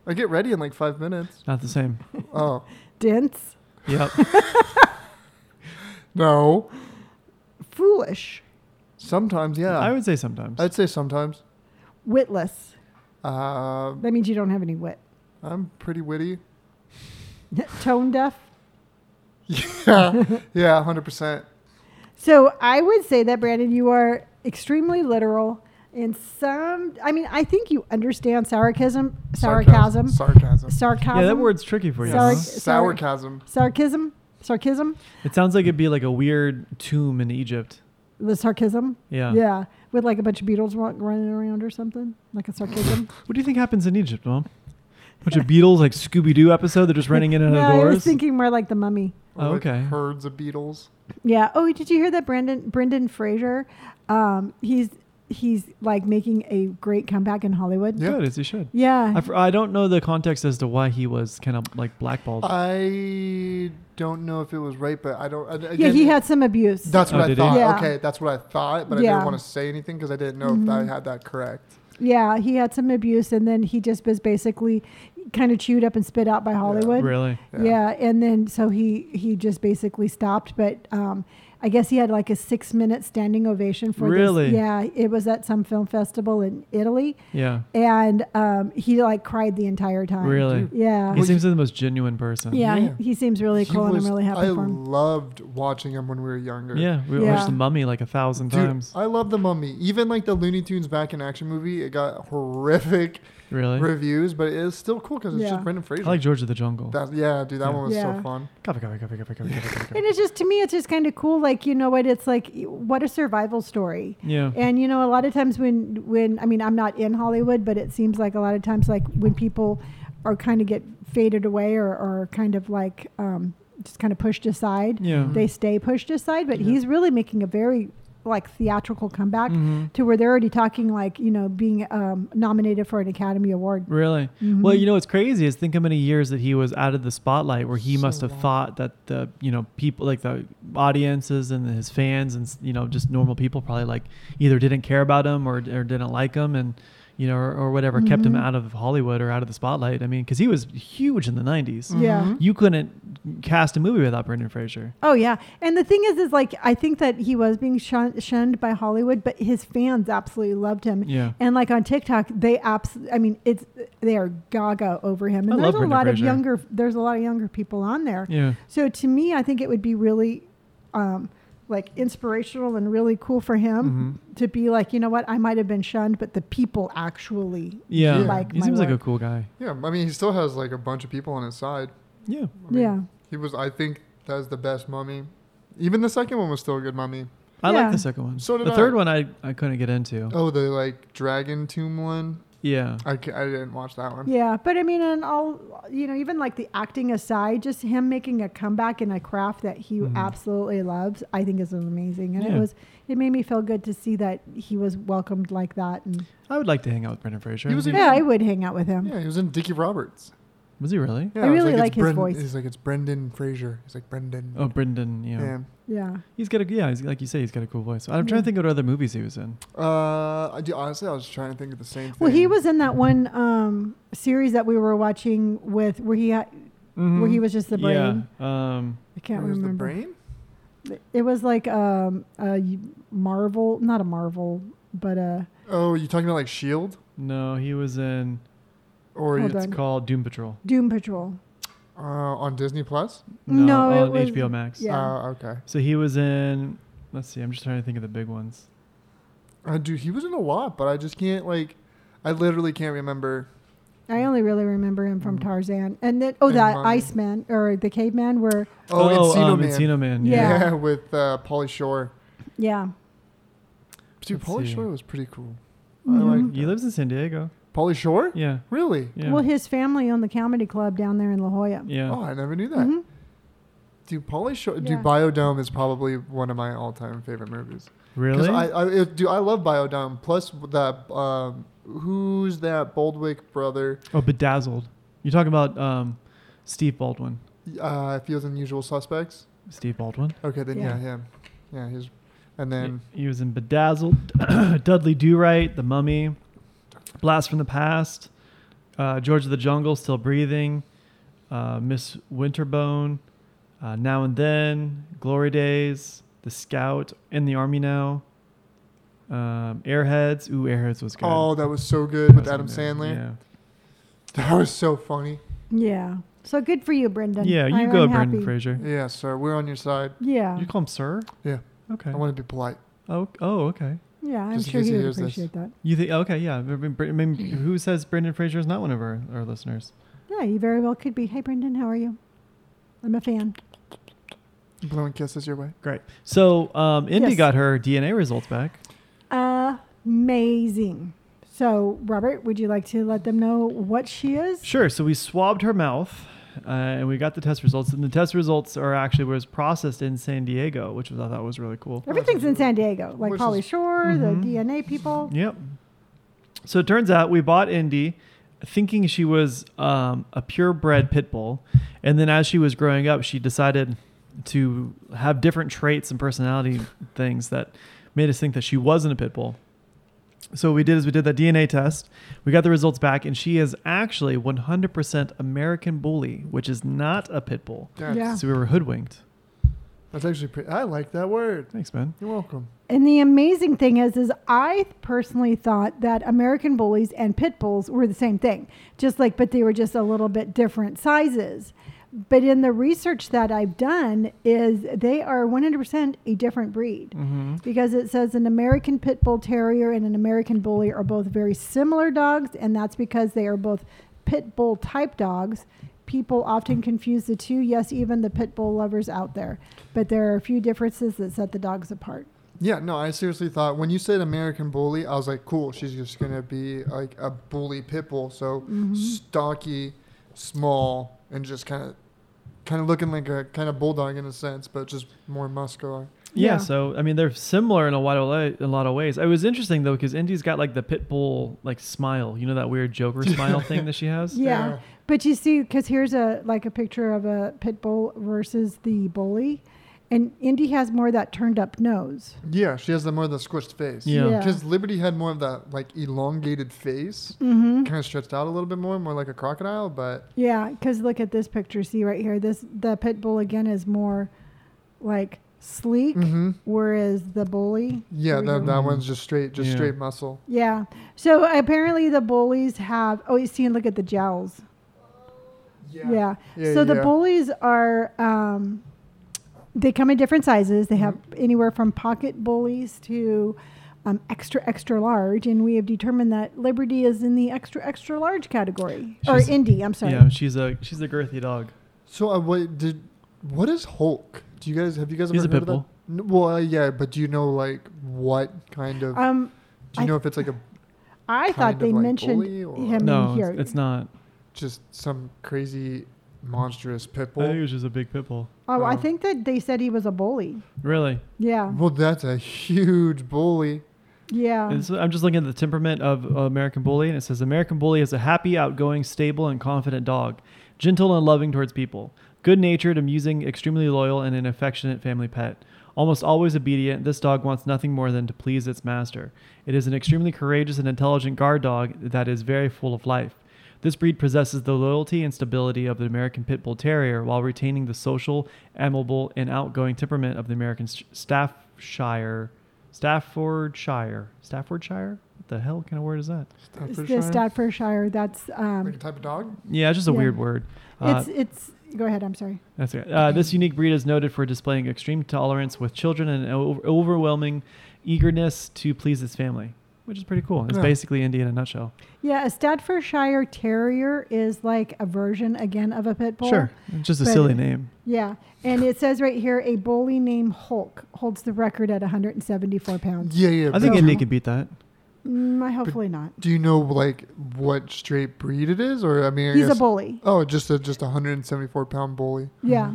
I get ready in like five minutes.
Not the same.
Oh
Dense.
Yep.
no.
Foolish.
Sometimes, yeah.
I would say sometimes.
I'd say sometimes.
Witless.
Uh,
That means you don't have any wit.
I'm pretty witty.
Tone deaf.
Yeah, yeah, hundred percent.
So I would say that Brandon, you are extremely literal. And some, I mean, I think you understand sarcasm. Sarcasm.
Sarcasm.
Sarcasm.
yeah, that word's tricky for you.
Sorry.
huh?
Sarc-
Sarcasm.
Sarcasm. Sarcasm.
It sounds like it'd be like a weird tomb in Egypt.
The sarcasm.
Yeah.
Yeah, with like a bunch of beetles wa- running around or something, like a sarcasm.
What do you think happens in Egypt, Mom? bunch of beetles, like Scooby Doo episode. They're just running in and
no,
out of
I was
doors.
thinking more like the mummy.
Oh,
With
okay.
Herds of beetles.
Yeah. Oh, did you hear that Brendan Brendan Fraser? Um, he's he's like making a great comeback in Hollywood.
Yeah.
Good as he should.
Yeah.
I, fr- I don't know the context as to why he was kind of like blackballed.
Uh, I don't know if it was right, but I don't. I- Again,
yeah, he had some abuse.
That's what
Oh,
I
did he?
thought.
Yeah.
Okay, that's what I thought, but I
Yeah. Mm-hmm.
didn't want to say anything because I didn't know if I had that correct.
yeah, he had some abuse, and then he just was basically kind of chewed up and spit out by Hollywood.
really?
Yeah. and then so he he just basically stopped, but um, I guess he had like a six minute standing ovation for
Really?
this. Yeah, it was at some film festival in Italy,
Yeah.
and um, he like cried the entire time.
Really?
Yeah.
He
Well,
seems like the most genuine person.
yeah,
Uh, Yeah.
He, he seems really
He
cool, and
was-
I'm really happy
I
for him.
loved watching him when we were younger.
Yeah. We
Yeah.
watched The Mummy like a thousand
Dude,
times.
I love the Mummy. Even like the Looney Tunes back in action movie, it got horrific
Really?
reviews, but it's still cool because it's
Yeah.
just Brendan Fraser.
I like George of the Jungle.
that, yeah, dude, that
Yeah.
one was
Yeah.
so fun.
Copy, copy, copy, copy, copy, copy, copy.
And it's just to me, it's just kind of cool. Like you know what? It's like what a survival story.
Yeah.
Mm-hmm.
And you know, a lot of times when when I mean, I'm not in Hollywood, but it seems like a lot of times like when people are kind of get faded away or, or kind of like um, just kind of pushed aside,
Yeah.
they stay pushed aside. But
Mm-hmm. Yeah.
he's really making a very like theatrical comeback
Mm-hmm.
Mhm.
to where they're already talking like you know being um, nominated for an Academy Award.
Really? Well, you know what's crazy is think how many years that he was out of the spotlight, where he
So
must have
long.
thought that the you know people like the audiences and his fans and you know just normal people probably like either didn't care about him or or didn't like him, and you know, or, or whatever, kept him
Mhm.
out of Hollywood or out of the spotlight. I mean, because he was huge in the 90s.
Yeah.
Mhm.
You couldn't cast a movie without Brendan Fraser.
Oh yeah, and the thing is, is like I think that he was being shun- shunned by Hollywood, but his fans absolutely loved him.
Yeah.
And like on TikTok, they abs I mean, it's they are gaga over him. And
I
there's
love
a
Brendan
lot of
Fraser.
younger there's a lot of younger people on there.
Yeah.
So to me, I think it would be really um like inspirational and really cool for him
Mm-hmm.
to be like, you know what, I might have been shunned, but the people actually
Yeah.
like
he
my
seems like a
work.
cool guy.
Yeah, I mean, he still has like a bunch of people on his side.
Yeah.
I mean,
Yeah.
He was, I think, that was the best mummy. Even the second one was still a good mummy.
I
Yeah.
like the second one.
So did
the
I.
third one I, I couldn't get into.
Oh, the like dragon tomb one.
Yeah.
I, ca- I didn't watch that one.
Yeah, but I mean, and all you know, even like the acting aside, just him making a comeback in a craft that he
Mm-hmm.
Mhm.
absolutely loves, I think is amazing. And it
Yeah.
was, it made me feel good to see that he was welcomed like that. And
I would like to hang out with Brendan Fraser.
He was
I
in-
think-
yeah, I would hang out with him.
Yeah, he was in Dickie Roberts.
was he really?
Yeah,
I
it was
really
it's
like his
Bren-
voice.
He's like it's Brendan Fraser. He's like Brendan.
Oh, Brendan. Yeah.
yeah.
Yeah,
He's got a yeah. He's, like you say, he's got a cool voice. I'm
Yeah.
trying to think of what other movies he was in.
Uh, I do, honestly, I was trying to think of the same. Thing.
Well, he was in that one um, series that we were watching with where he ha-
Mm-hmm.
where he was just the brain.
Yeah. Um,
I can't
He was
remember.
the brain.
It was like um, a Marvel, not a Marvel, but a
Oh, you talking about like Shield
no, he was in.
or
Hold
you-
on.
It's called Doom Patrol.
Doom Patrol.
uh, on Disney Plus?
No,
No, it
on
was-
HBO Max.
Yeah.
Uh, okay.
So he was in. Let's see. I'm just trying to think of the big ones.
Uh, dude, he was in a lot, but I just can't like. I literally can't remember.
I only really remember him from
Mm.
Tarzan, and then oh,
Mm-hmm. And
that
Mummy.
Iceman or the caveman, where
Oh, Encino
um,
Man.
Encino Man.
Yeah.
Yeah.
Yeah. with uh, Polly Shore.
yeah,
Dude,
Let's
Polly
see.
Shore was pretty cool.
Mhm.
I like
He lives in San Diego.
Polly Shore.
Yeah.
Really?
Yeah.
well, his family owned the comedy club down there in La Jolla.
yeah.
Oh, I never knew that.
Mhm.
Dude, Polly Shore.
Yeah.
Dude, Biodome is probably one of my all-time favorite movies. 'Cause
really?
I, I it, dude, I love Biodome. Plus that um, who's that Boldwick brother?
oh, bedazzled. You're talking about um, Steve Baldwin.
Uh, if he was Unusual Suspects.
Steve Baldwin.
Okay, then
Yeah.
yeah, him. Yeah, he's. And then
he, he was in Bedazzled, Dudley Do Right, The Mummy, Blast from the Past, uh, George of the Jungle, Still Breathing, uh, Miss Winterbone, uh, Now and Then, Glory Days, The Scout, In the Army Now, um, Airheads. Ooh, Airheads was good.
oh, that was so good with
That
Adam
was good.
Sandler. That was so funny.
Yeah, so good for you, Brendan.
Yeah, yeah
I-
you go,
I'm
Brendan
happy.
Fraser.
Yeah, sir, we're on your side.
Yeah,
You call him Sir?
Yeah.
Okay.
I want to be polite.
Oh, oh, okay.
yeah, I'm
Just in
sure
case
he
he
would
hears this.
appreciate that.
You think? Okay, yeah. I mean, Br- I mean, who says Brendan Fraser is not one of our, our listeners?
Yeah, you very well could be. Hey, Brendan, how are you? I'm a fan.
Blowing kisses your way.
Great. So um, Indy
Yes.
got her DNA results back.
Amazing. So, Robert, would you like to let them know what she is?
Sure. So we swabbed her mouth, uh, and we got the test results. And the test results are actually was processed in San Diego, which was, I thought was really cool.
Everything's in San Diego, like
Which
Polly
is- Mm-hmm.
Shore,
Mhm.
the DNA people.
Yep. So it turns out we bought Indy thinking she was um, a purebred pit bull, and then as she was growing up, she decided to have different traits and personality things that made us think that she wasn't a pit bull. So what we did is we did that DNA test. We got the results back, and she is actually 100% American bully, which is not a pit bull.
That's,
Yeah.
So we were hoodwinked.
that's actually pretty. I like that word.
Thanks, man.
You're welcome.
And the amazing thing is, is I personally thought that American bullies and pit bulls were the same thing, just like, but they were just a little bit different sizes. But in the research that I've done, is they are 100% a different breed
Mm-hmm.
because it says an American pit bull terrier and an American bully are both very similar dogs, and that's because they are both pit bull type dogs. People often confuse the two. Yes, even the pit bull lovers out there, but there are a few differences that set the dogs apart.
Yeah, no, I seriously thought when you said American bully, I was like, cool, she's just gonna be like a bully pit bull, so stocky, small, and just kind of, kind of looking like a kind of bulldog in a sense, but just more muscular.
Yeah,
Yeah.
So I mean, they're similar in a lot of way, in a lot of ways. It was interesting though because Indy's got like the pit bull like smile. You know that weird Joker smile thing that she has.
Yeah.
Yeah.
But you see, because here's a like a picture of a pit bull versus the bully, And Indy has more of that turned up nose.
Yeah, she has the more of the squished face.
Yeah.
Yeah.
Because Liberty had more of that like elongated face,
Mm-hmm.
kind of stretched out a little bit more, more like a crocodile. But
Yeah, because look at this picture. See right here, this the pit bull again is more like sleek,
hmm
whereas the bully.
yeah,
Or
that,
even-
that one's just straight, just
Yeah.
straight muscle.
Yeah. So apparently the bullies have. Oh, you see, and look at the jowls. Yeah.
Yeah,
so the
yeah.
bullies are. Um, they come in different sizes. They have
Mm-hmm.
anywhere from pocket bullies to um, extra extra large, and we have determined that Liberty is in the extra extra large category,
She's-
or Indy. I'm sorry.
Yeah, she's a she's a girthy dog.
So uh, what did? What is Hulk? Do you guys have you guys
He's
ever
a
heard
pit
of that?
bull.
N- well, uh, yeah, but do you know like what kind of?
Um,
do you
I-
know if it's like a
I
kind
thought
of,
they
like,
mentioned
bully or
him
No,
here.
it's, it's not.
just some crazy monstrous pit
I think it
bull?
was just a big pit bull.
Oh, I
Oh.
think that they said he was a bully.
Really?
Yeah,
Well, that's a huge bully.
yeah,
And so I'm just looking at the temperament of uh, American Bully, and it says American Bully is a happy, outgoing, stable, and confident dog, gentle and loving towards people, good natured, amusing, extremely loyal, and an affectionate family pet. Almost always obedient, this dog wants nothing more than to please its master. It is an extremely courageous and intelligent guard dog that is very full of life. This breed possesses the loyalty and stability of the American Pit Bull Terrier while retaining the social, amiable, and outgoing temperament of the American S- Staffshire. Staffordshire. Staffordshire? What the hell kind of word is that?
it's
Staffordshire?
the Staffordshire. That's
Like a
um,
type of dog?
Yeah, it's just a
Yeah.
weird word. Uh,
it's it's. Go ahead. I'm sorry.
that's okay. Uh, this unique breed is noted for displaying extreme tolerance with children and an o- overwhelming eagerness to please its family, which is pretty cool. It's
Yeah.
basically India in a nutshell.
Yeah, a Staffordshire Terrier is like a version again of a pit bull.
It's just a
But-
silly name.
Yeah, and it says right here a bully named Hulk holds the record at 174 pounds.
Yeah, yeah.
I think
but
it-
Indy
Indy
could beat that.
Mm, I hopefully not.
do you know like what straight breed it is, or I mean, I
He's a
guess-
bully.
Oh, just a just a 174 pound bully.
Yeah,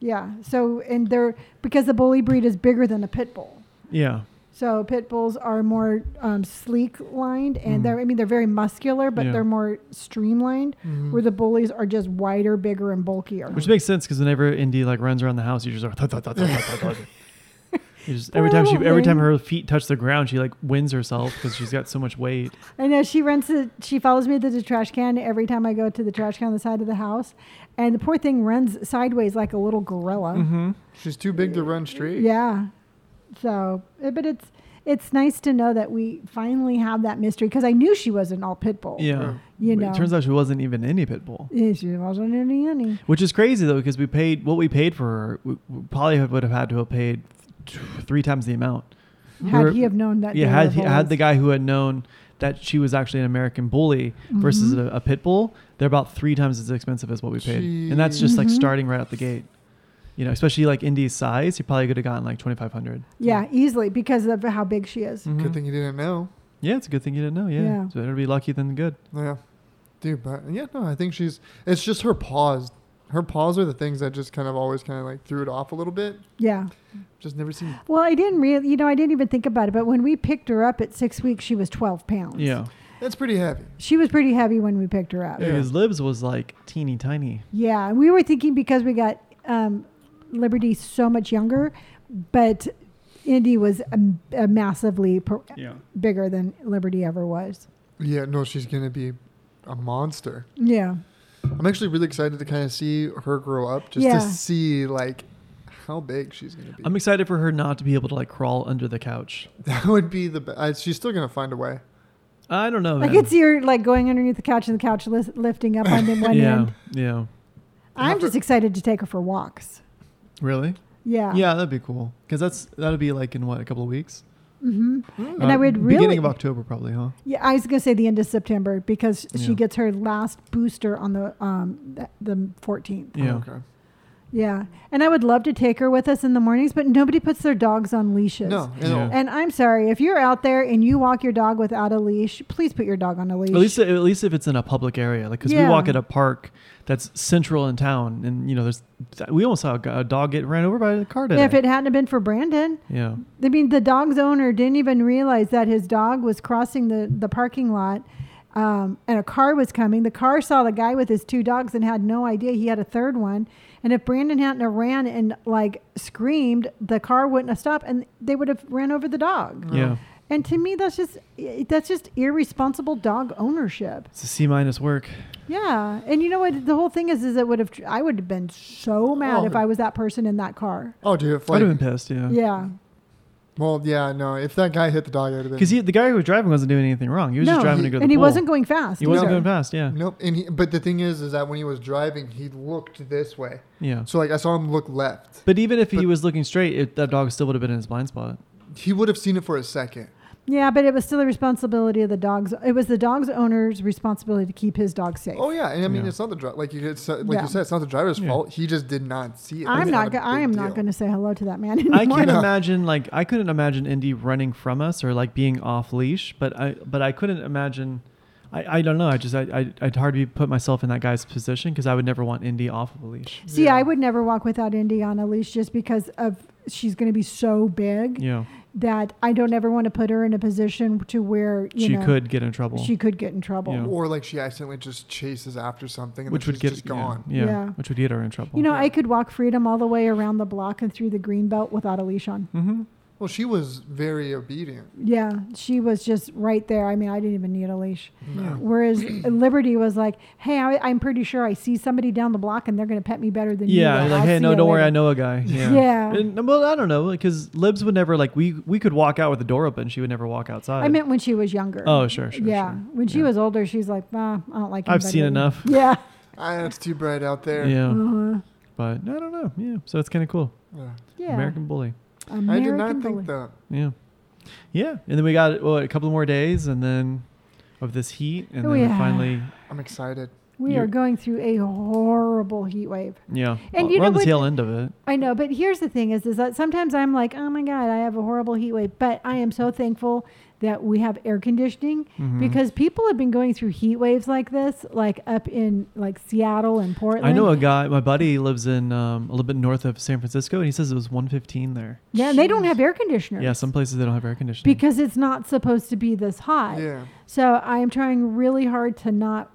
yeah. So and they're because the bully breed is bigger than a pit bull.
Yeah.
So pit bulls are more um, sleek lined, and
Mm.
they're I mean they're very muscular, but
Yeah.
they're more streamlined.
Mhm.
Where the bullies are just wider, bigger, and bulkier.
Which makes sense because whenever Indy like runs around the house, you just are. thud, thud, thud, thud, thud, thud, thud. You just, every time she,
Poor
every time
thing.
her feet touch the ground, she like wins herself because she's got so much weight.
I know she runs to, she follows me to the trash can every time I go to the trash can on the side of the house, and the poor thing runs sideways like a little gorilla.
Mm-hmm.
She's too big to run straight.
Yeah. So, eh, but it's it's nice to know that we finally have that mystery because I knew she wasn't all pit bull.
Yeah.
You
But
know.
It turns out she wasn't even any pit bull.
Yeah, she wasn't any any.
Which is crazy though, because we paid what we paid for her. We, we probably would have had to have paid th- three times the amount.
Had
We're-
he have known that?
yeah,
they
had
were
he, had the
bullies.
guy who had known that she was actually an American bully versus
Mm-hmm.
a, a pit bull, they're about three times as expensive as what we paid, and that's just like
Jeez. Mhm.
starting right out the gate. You know, especially like Indy's size, he probably could have gotten like twenty five hundred. Mm-hmm.
Yeah, easily because of how big she is.
Mm.
Good thing you didn't know.
Yeah, it's a good thing you didn't know. Yeah,
Yeah.
it's better to be lucky than good.
Yeah. Dude, but yeah, no, I think she's. It's just her paws. Her paws are the things that just kind of always kind of like threw it off a little bit.
Yeah.
Just never seen.
Well, I didn't really, you know, I didn't even think about it. But when we picked her up at six weeks, she was 12 pounds.
Yeah,
That's pretty heavy.
She was pretty heavy when we picked her up.
yeah.
Yeah.
because Libs was like teeny tiny.
and we were thinking because we got um, Liberty so much younger, but Indy was um, uh, massively per-
Yeah,
bigger than Liberty ever was.
Yeah, no, she's gonna be a monster.
Yeah.
I'm actually really excited to kind of see her grow up, just
Yeah.
to see like how big she's gonna be.
I'm excited for her not to be able to like crawl under the couch.
that would be the. Be- I, she's still gonna find a way.
I don't know.
I
man.
could see her like going underneath the couch and the couch lis- lifting up on the one
yeah,
end.
yeah.
I'm just excited to take her for walks.
Really?
Yeah.
Yeah, that'd be cool. Because that's that'd be like in what a couple of weeks.
hmm
Uh,
Mm.
And I would
beginning
really-
of October probably, huh?
Yeah, I was gonna say the end of September because
Yeah.
she gets her last booster on the um th- the fourteenth.
Yeah.
Okay.
Yeah, and I would love to take her with us in the mornings, but nobody puts their dogs on leashes.
No.
Yeah.
no.
And I'm sorry if you're out there and you walk your dog without a leash. Please put your dog on a leash.
At least at least if it's in a public area, like because
Yeah.
we walk at a park that's central in town, and you know there's we almost saw a, g- a dog get ran over by a car today.
if it hadn't been for Brandon,
yeah,
I mean, the dog's owner didn't even realize that his dog was crossing the, the parking lot um, and a car was coming. The car saw the guy with his two dogs and had no idea he had a third one. And if Brandon hadn't have ran and like screamed, the car wouldn't have stopped, and they would have ran over the dog.
Yeah.
And to me, that's just that's just irresponsible dog ownership.
It's a C minus work.
Yeah, and you know what? The whole thing is, is it would have I would have been so mad
Oh.
if I was that person in that car.
Oh, dude. If
I'd
like,
have been pissed. Yeah.
Yeah,
well, yeah, no. If that guy hit the dog, I'd have been.
Because the guy who was driving wasn't doing anything wrong. He was just
No,
driving to
he-
go. To
and
the
he
pool.
wasn't going fast.
He wasn't
either.
going fast. Yeah.
Nope. And he, but the thing is, is that when he was driving, he looked this way.
Yeah.
So like, I saw him look left.
But even if he
But-
was looking straight, it, that dog still would have been in his blind spot.
He would have seen it for a second.
Yeah, but it was still the responsibility of the dog's. It was the dog's owner's responsibility to keep his dog safe.
Oh yeah, and I mean,
Yeah.
it's not the driver. Like you, it's, like
Yeah.
you said, it's not the driver's
Yeah.
fault. He just did not see it.
I'm
That's
not.
a
go- I
big
am
deal.
not going to say hello to that man
I
anymore.
can't
Yeah.
imagine like I couldn't imagine Indy running from us or like being off leash, but I but I couldn't imagine. I, I don't know. I just I, I I'd hardly put myself in that guy's position because I would never want Indy off of a leash.
See,
Yeah.
I would never walk without Indy on a leash just because of she's going to be so big
Yeah,
that I don't ever want to put her in a position to where you
she
know,
could get in trouble,
she could get in trouble.
Yeah.
Or like she accidentally just chases after something, and
which
then
would
she's
get
just gone.
Yeah, yeah,
Yeah.
which would get her in trouble.
You know,
Yeah.
I could walk freedom all the way around the block and through the green belt without a leash on.
hmm
Well, she was very obedient.
Yeah, she was just right there. I mean, I didn't even need a leash.
Yeah.
Whereas Liberty was like, "Hey, I, I'm pretty sure I see somebody down the block, and they're going to pet me better than you."
Yeah,
will.
like
I'll
hey,
see
no,
you
don't worry,
later."
I know a guy. Yeah,
Yeah.
And, well, I don't know because Libs would never like we we could walk out with the door open. She would never walk outside.
I meant when she was younger.
Oh, sure, sure,
Yeah,
sure.
when she
Yeah.
was older, she's like, "Ah, I don't like."
I've
anybody."
seen enough.
Yeah.
Ah, it's too bright out there.
Yeah,
Uh-huh.
but I don't know. Yeah, so it's kind of cool.
Yeah.
Yeah.
American bully.
I did not
American bully.
think that.
Yeah. Yeah. And then we got what, a couple more days and then of this heat and
Oh,
then
yeah.
we finally
I'm excited.
We
You're-
are going through a horrible heat wave.
yeah.
And
well,
you
we're
know
on the
what-
tail end of it.
I know, but here's the thing: is is that sometimes I'm like, oh my god, I have a horrible heat wave, but I am so thankful that we have air conditioning
Mhm.
because people have been going through heat waves like this, like up in like Seattle and Portland.
I know uh, a guy, my buddy lives in um, a little bit north of San Francisco and he says it was 115 there.
yeah, and they don't
Jeez.
have air conditioners.
Yeah, some places they don't have air conditioning.
because it's not supposed to be this hot.
Yeah.
So I am trying really hard to not,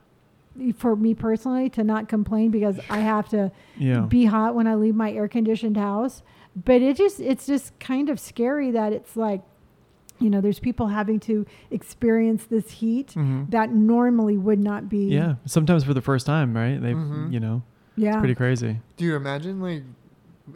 for me personally, to not complain because I have to
yeah.
be hot when I leave my air conditioned house. But it just it's just kind of scary that it's like, you know, there's people having to experience this heat
Mhm.
that normally would not be.
yeah. Sometimes for the first time, right? They,
Mhm.
you know,
Yeah.
pretty crazy.
Do you imagine like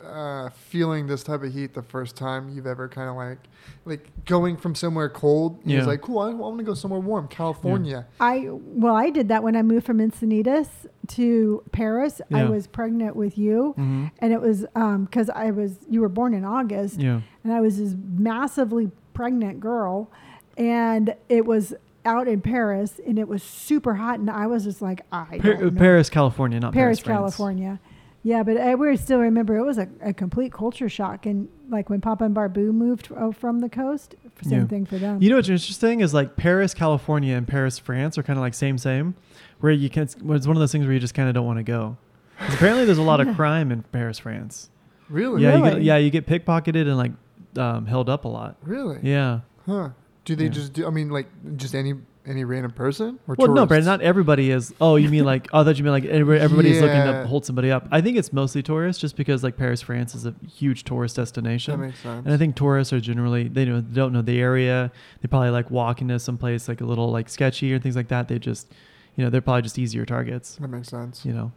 uh, feeling this type of heat the first time you've ever kind of like like going from somewhere cold? Yeah.
Yeah.
It's like cool. I, want to go somewhere warm, California.
I well, I did that when I moved from Encinitas to Paris. I
Yeah.
was pregnant with you.
hmm
And it was because I was you were born in August,
Yeah.
and I was this massively pregnant girl, and it was out in Paris, and it was super hot, and I was just like, I
Pa-
don't know.
Paris, California, not
Paris,
Paris, France.
California. Yeah, but I we still remember it was a, a complete culture shock, and like when Papa and Barbu moved uh, from the coast, same
Yeah.
thing for them.
You know what's interesting is like Paris, California, and Paris, France are kind of like same same, where you can. It's one of those things where you just kind of don't want to go. 'Cause apparently, there's a lot of crime in Paris, France.
Really?
Yeah, you get,
Really?
yeah, you get pickpocketed and like um, held up a lot.
Really?
Yeah.
Huh? Do they
Yeah.
just do? I mean, like just any any random person or
Well, no,
tourists?
Brandon. Not everybody is. Oh, you mean like? Oh, I thought you mean like every- everybody's looking
Yeah.
to hold somebody up. I think it's mostly tourists, just because like Paris, France is a huge tourist destination.
That makes sense.
And I think tourists are generally they know they don't know the area. They probably like walk into someplace like a little like sketchy or things like that. They just, you know, they're probably just easier targets.
that makes sense.
You know,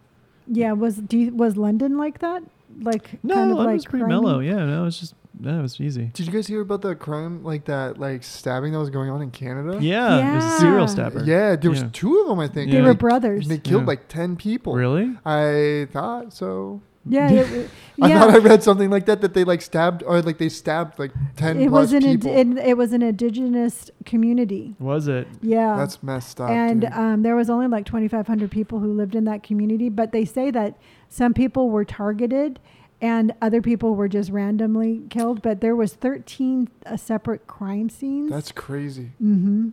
yeah, was do you, was London like that? Like
no,
kind
it
of like
was pretty
crimey?
mellow. Yeah, no, it was just no, it was easy.
Did you guys hear about the crime, like that, like stabbing that was going on in Canada?
Yeah, it was a serial
Yeah.
stabber.
Yeah, there was
Yeah.
two of them, I think.
They
and
were
brothers.
and They killed
Yeah.
like ten people.
really?
I thought so.
Yeah, it, w- yeah.
I thought I read something like that that they like stabbed or like they stabbed like ten
it
plus
was an ind-
people.
it, it was an indigenous community.
Was it?
Yeah.
That's messed up.
and
dude.
um, there was only like 2,500 people who lived in that community, but they say that some people were targeted and other people were just randomly killed. But there was 13 uh, separate crime scenes.
that's crazy.
mm-hmm.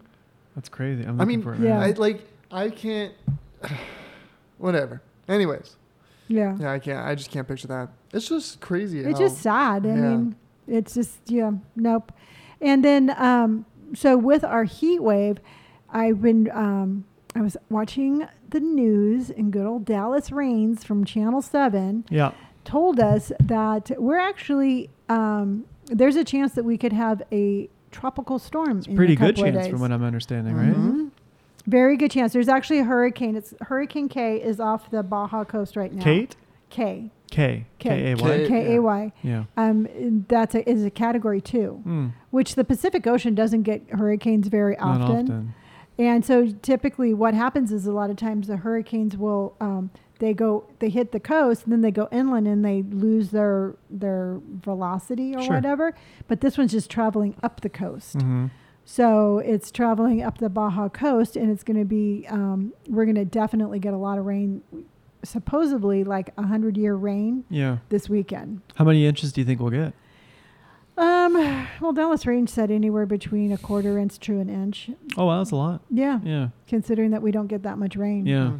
That's crazy. I'm
I
looking
mean,
for it.
yeah.
Yeah.
I like I can't. Whatever. Anyways,
yeah.
yeah, I can't. I just can't picture that. It's just crazy.
It's
how-
just sad. I
yeah.
mean, it's just yeah, nope. And then um, so with our heat wave, I've been um, I was watching the news and good old Dallas Rains from Channel Seven
Yeah.
told us that we're actually um, there's a chance that we could have a tropical storm.
It's pretty
in a
good
couple of
chance from
days.
what I'm understanding,
Mm-hmm.
right?
Mhm. Very good chance. There's actually a hurricane. It's Hurricane K is off the Baja coast right now.
Kate?
K
K.
K.
K A
K.
Y.
K A Y.
Yeah.
Um, that's a, is a category two,
Mm.
which the Pacific Ocean doesn't get hurricanes very
Not
often.
often.
And so typically, what happens is a lot of times the hurricanes will um, they go they hit the coast and then they go inland and they lose their their velocity or
Sure.
whatever. But this one's just traveling up the coast.
hmm
So it's traveling up the Baja coast, and it's going to be, um, we're going to definitely get a lot of rain, supposedly like a 100 year rain
Yeah.
this weekend.
How many inches do you think we'll get?
Um, well, Dallas Range said anywhere between a quarter inch to an inch.
Oh, wow, that's a lot.
Yeah,
Yeah.
considering that we don't get that much rain.
Mm,
Yeah.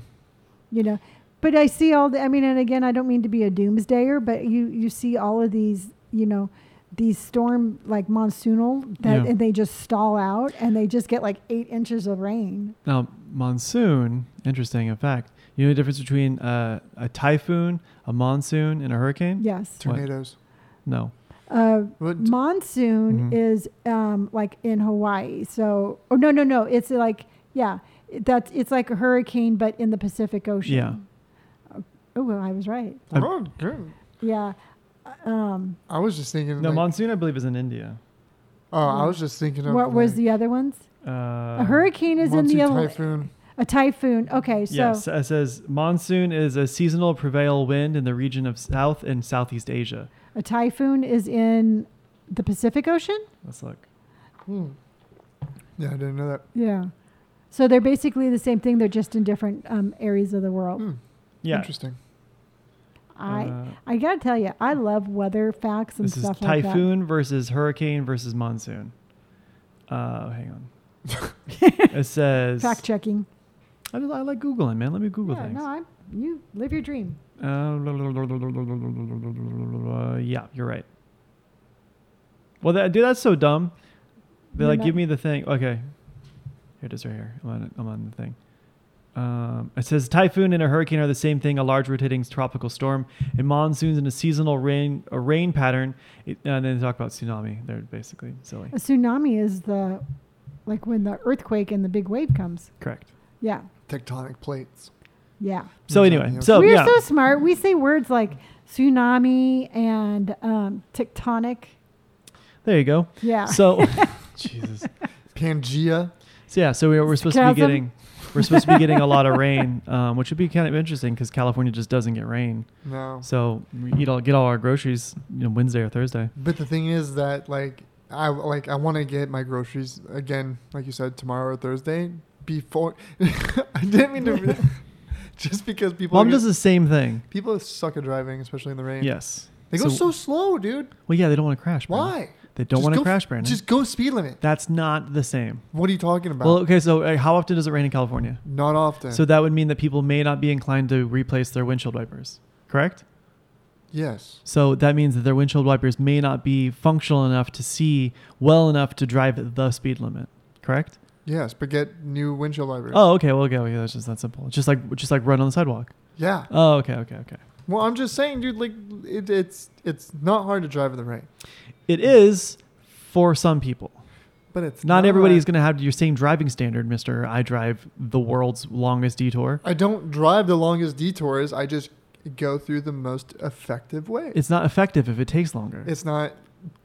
You know, but I see all the, I mean, and again, I don't mean to be a doomsdayer, but you, you see all of these, you know, these storm like monsoonal that
Yeah.
and they just stall out and they just get like eight inches of rain.
Now, monsoon, interesting in fact. You know the difference between uh, a typhoon, a monsoon, and a hurricane?
Yes.
Tornadoes.
No.
Uh,
What? Mm-hmm.
monsoon
Mhm.
is um, like in Hawaii. So, oh no, no, no. It's like yeah, that's it's like a hurricane, but in the Pacific Ocean.
Yeah.
Oh, well, I was right.
I-
Oh, good.
Yeah. Um,
I was just thinking.
No,
like-
monsoon, I believe, is in India.
Oh, I was just thinking of.
what was
like,
the other ones?
Uh,
a hurricane is in
monsoon
the Atl-
typhoon?
a typhoon. Okay, so
Yes, it says monsoon is a seasonal prevail wind in the region of South and Southeast Asia.
a typhoon is in the Pacific Ocean.
Let's look.
Hmm. Yeah, I didn't know that.
Yeah. So they're basically the same thing. They're just in different um, areas of the world.
Hmm.
Yeah.
Interesting.
I
Uh,
I gotta tell you, I love weather facts and
this is
stuff like that.
typhoon versus hurricane versus monsoon. Uh, hang on. it says.
Fact checking.
I, just- I like Googling, man. Let me Google
yeah,
things.
no, I'm, you live your dream.
Uh, yeah, you're right. Well, that, dude, that's so dumb. They
You're
like
not-
give me the thing. Okay, here it is, right here. I'm on, it. I'm on the thing. Um, it says typhoon and a hurricane are the same thing. A large rotating tropical storm and monsoons and a seasonal rain a rain pattern. It, and then they talk about tsunami. They're basically silly.
A tsunami is the like when the earthquake and the big wave comes.
Correct.
Yeah,
Tectonic plates.
yeah.
So anyway,
Tsunami,
so
We're
yeah,
so smart. We say words like tsunami and um, tectonic.
there you go.
Yeah.
So Jesus.
Pangea.
So yeah, so we we're supposed to
Chasm.
be getting we're supposed to be getting a lot of rain, um, which would be kind of interesting because California just doesn't get rain.
No.
So we eat all get all our groceries you know, Wednesday or Thursday.
But the thing is that like I like I want to get my groceries again, like you said, tomorrow or Thursday. Before I didn't mean to, just because people
Mom
are-
does the same thing.
people suck at driving, especially in the rain.
Yes.
they go so, slow, dude.
Well, yeah, they don't want to crash. Brandon.
Why?
They don't
Just
want
go
to
f-
crash, Brandon.
Just go speed limit.
That's not the same.
What are you talking about?
Well, okay, so uh, how often does it rain in California?
Not often.
So that would mean that people may not be inclined to replace their windshield wipers. Correct.
yes,
So that means that their windshield wipers may not be functional enough to see well enough to drive at the speed limit. Correct.
yes, but get new windshield wipers.
Oh, okay. Well, okay. okay that's just that simple. It's just like just like run on the sidewalk.
yeah.
Oh, okay, okay, okay.
Well, I'm just saying, dude. Like it, it's it's not hard to drive in the rain,
It is for some people.
but it's
Not everybody is
everybody's.
going to have your same driving standard, Mister. I drive the world's longest detour.
I don't drive the longest detours. I just go through the most effective way. It's,
It's not effective if it takes longer.
not.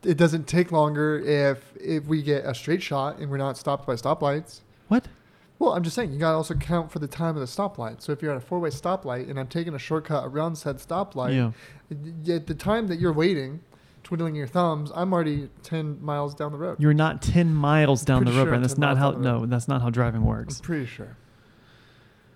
It doesn't take longer if if we get a straight shot and we're not stopped by stoplights.
what?
Well, I'm just saying you gotta also count for the time of the stoplight. So if you're at a four-way stoplight and I'm taking a shortcut around said stoplight,
yeah.
y- at the time that you're waiting, twiddling your thumbs, I'm already ten miles down the road.
You're not ten miles down the
pretty
road,
sure
and
I'm
that's
10
not
miles
how.
down the road.
No, that's not how driving
I'm
works.
pretty sure.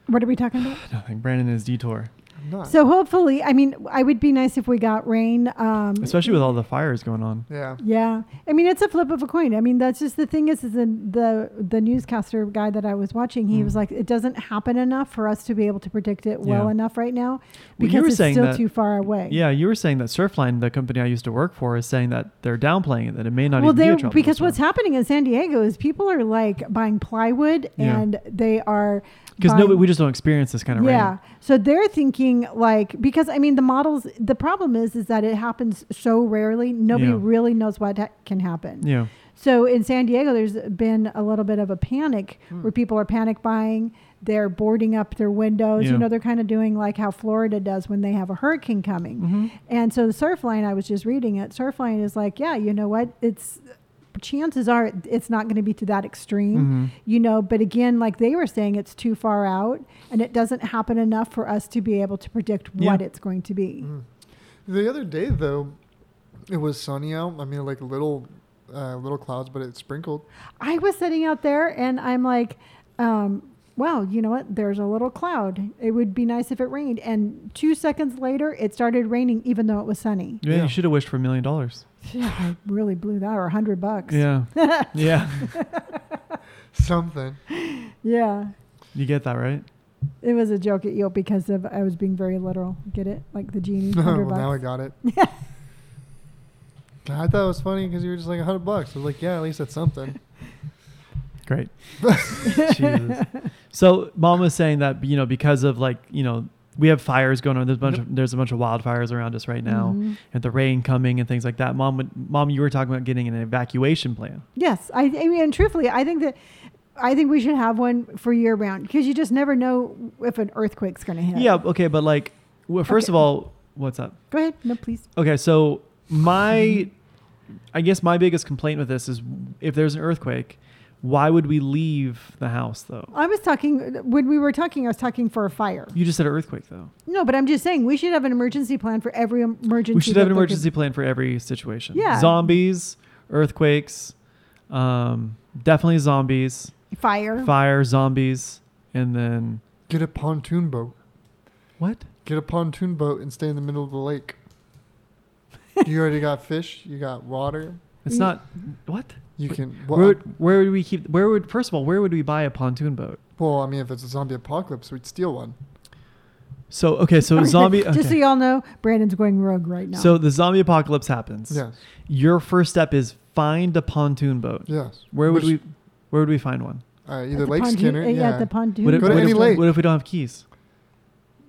what are we talking about?
Nothing. Brandon is detour.
I'm not.
So hopefully, I mean, I would be nice if we got rain. Um,
especially with all the fires going on.
yeah.
Yeah, I mean it's a flip of a coin. I mean that's just the thing is, is the the, the newscaster guy that I was watching, he
Mm.
was like, it doesn't happen enough for us to be able to predict it well
Yeah.
enough right now
Well, you
because
were
it's
saying
still
that-
too far away.
Yeah, you were saying that Surfline, the company I used to work for, is saying that they're downplaying it, that it may not
well,
even be
they
a
are
tropical
because what's
storm.
happening in San Diego is people are like buying plywood
Yeah.
and they are
because
buying-
nobody we just don't experience this kind of
yeah.
rain.
So they're thinking like because I mean the models. The problem is is that it happens so rarely. Nobody
Yeah.
really knows what ha- can happen.
Yeah,
So in San Diego, there's been a little bit of a panic where people are panic buying. They're boarding up their windows.
Yeah.
You know, they're kind of doing like how Florida does when they have a hurricane coming.
Mm. Mm-hmm.
And so the Surfline, I was just reading it. Surfline is like, yeah, you know what? It's chances are it's not going to be to that extreme,
Mhm.
you know. But again, like they were saying, it's too far out, and it doesn't happen enough for us to be able to predict
Yeah.
what it's going to be.
Mm. The other day though, it was sunny out. I mean, like little, uh, little clouds, but it sprinkled.
I was sitting out there and I'm like, um, wow, you know what? There's a little cloud. It would be nice if it rained. And two seconds later, it started raining, even though it was sunny.
yeah.
Yeah.
You should have wished for a million dollars.
Yeah, I really blew that, or a hundred bucks.
Yeah, yeah.
Something.
Yeah.
You get that right?
It was a joke at Yelp because of I was being very literal. Get it? Like the genie,
Oh, well,
hundred
now I
bucks.
got it. I thought it was funny because you were just like a hundred bucks. I was like, yeah, at least that's something.
Great. Jesus. So mom was saying that you know because of like you know we have fires going on. There's a bunch of there's a bunch of wildfires around us right now,
Mhm.
and the rain coming and things like that. Mom, would, mom, you were talking about getting an evacuation plan.
Yes, I, I mean, and truthfully, I think that I think we should have one for year round because you just never know if an earthquake's going to hit.
Yeah. Okay, but like, well, first
Okay.
of all, what's up?
Go ahead. No, please.
Okay, so my, I guess my biggest complaint with this is if there's an earthquake, why would we leave the house though?
I was talking when we were talking. I was talking for a fire.
You just said an earthquake though.
No, but I'm just saying we should have an emergency plan for every em- emergency.
We should have an
that there could-
emergency plan for every situation.
Yeah.
Zombies, earthquakes, um, definitely zombies,
fire.
fire, zombies, and then
Get a pontoon boat.
what?
Get a pontoon boat and stay in the middle of the lake. you already got fish. You got water.
It's
Mm.
not what?
You can.
where,
Well, um,
would, where would we keep? Where would first of all? Where would we buy a pontoon boat?
well, I mean, if it's a zombie apocalypse, we'd steal one.
So okay, so zombie.
Just so
okay.
y'all know, Brandon's going rogue right now.
So the zombie apocalypse happens.
Yes.
your first step is find a pontoon boat.
Yes.
Where would we
Which-
where would we find one?
Uh,
At
either
the
Lake
pontoon-
Skinner.
uh,
yeah.
at the pontoon.
What if,
Go to
what
any
if-
lake.
what if we don't have keys?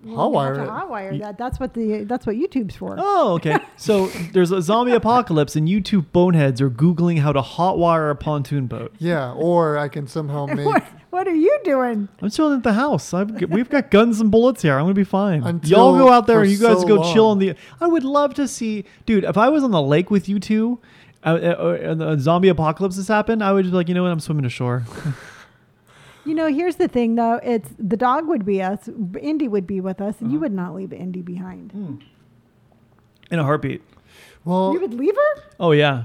Well, you have to
Hotwire it.
hotwire
You-
that. That's what the that's what YouTube's for.
Oh, okay. So there's a zombie apocalypse and you two boneheads are googling how to hotwire a pontoon boat.
yeah. Or I can somehow make
what, what are you doing?
I'm chilling at the house. I've, g- we've got guns and bullets here. I'm gonna be fine.
Until
Y'all go out there
for
and you guys
so
go chill
long.
on the. I would love to see, dude. If I was on the lake with you two, uh, uh, uh, and a zombie apocalypse has happened, I would just be like, you know what? I'm swimming ashore.
You know, here's the thing though. It's the dog would be us. Indy would be with us, and
Mm-hmm.
you would not leave Indy behind.
Mm. in a heartbeat.
well.
You would leave her?
Oh yeah,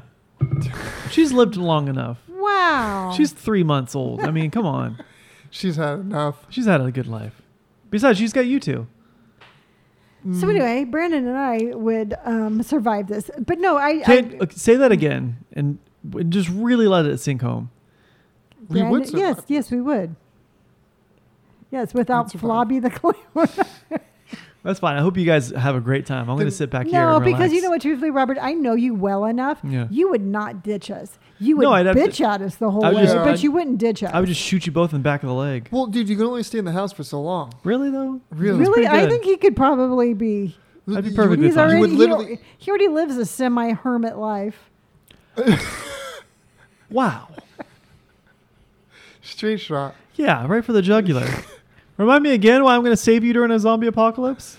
she's lived long enough.
Wow.
She's three months old. I mean, come on.
She's had enough.
She's had a good life. Besides, she's got you two. mm.
so anyway. Brandon and I would um, survive this, but no, I.
Can't, uh,
I
okay, say that again and w- just really let it sink home.
We would
Brandon-
survive.
Yes, yes, we would. Yes, without
survive.
Flobby the clown.
That's fine. I hope you guys have a great time. I'm going to
Then-
sit back here.
no,
and
because you
relax.
know what, truthfully, Robert, I know you well enough.
Yeah.
You would not ditch us. You would
No, I'd have to-
bitch at us the whole
I would
way,
just-
but
I'd-
you wouldn't ditch us.
I would just shoot you both in the back of the leg.
Well, dude, you can only stay in the house for so long.
Really though?
Really?
That's
really,
pretty
I
good.
think he could probably be.
You
I'd be
would-
perfect
He's
with that.
already.
You would
he
literally.
al- he already lives a semi hermit life.
Wow.
Straight shot.
Yeah, right for the jugular. Remind me again why I'm going to save you during a zombie apocalypse?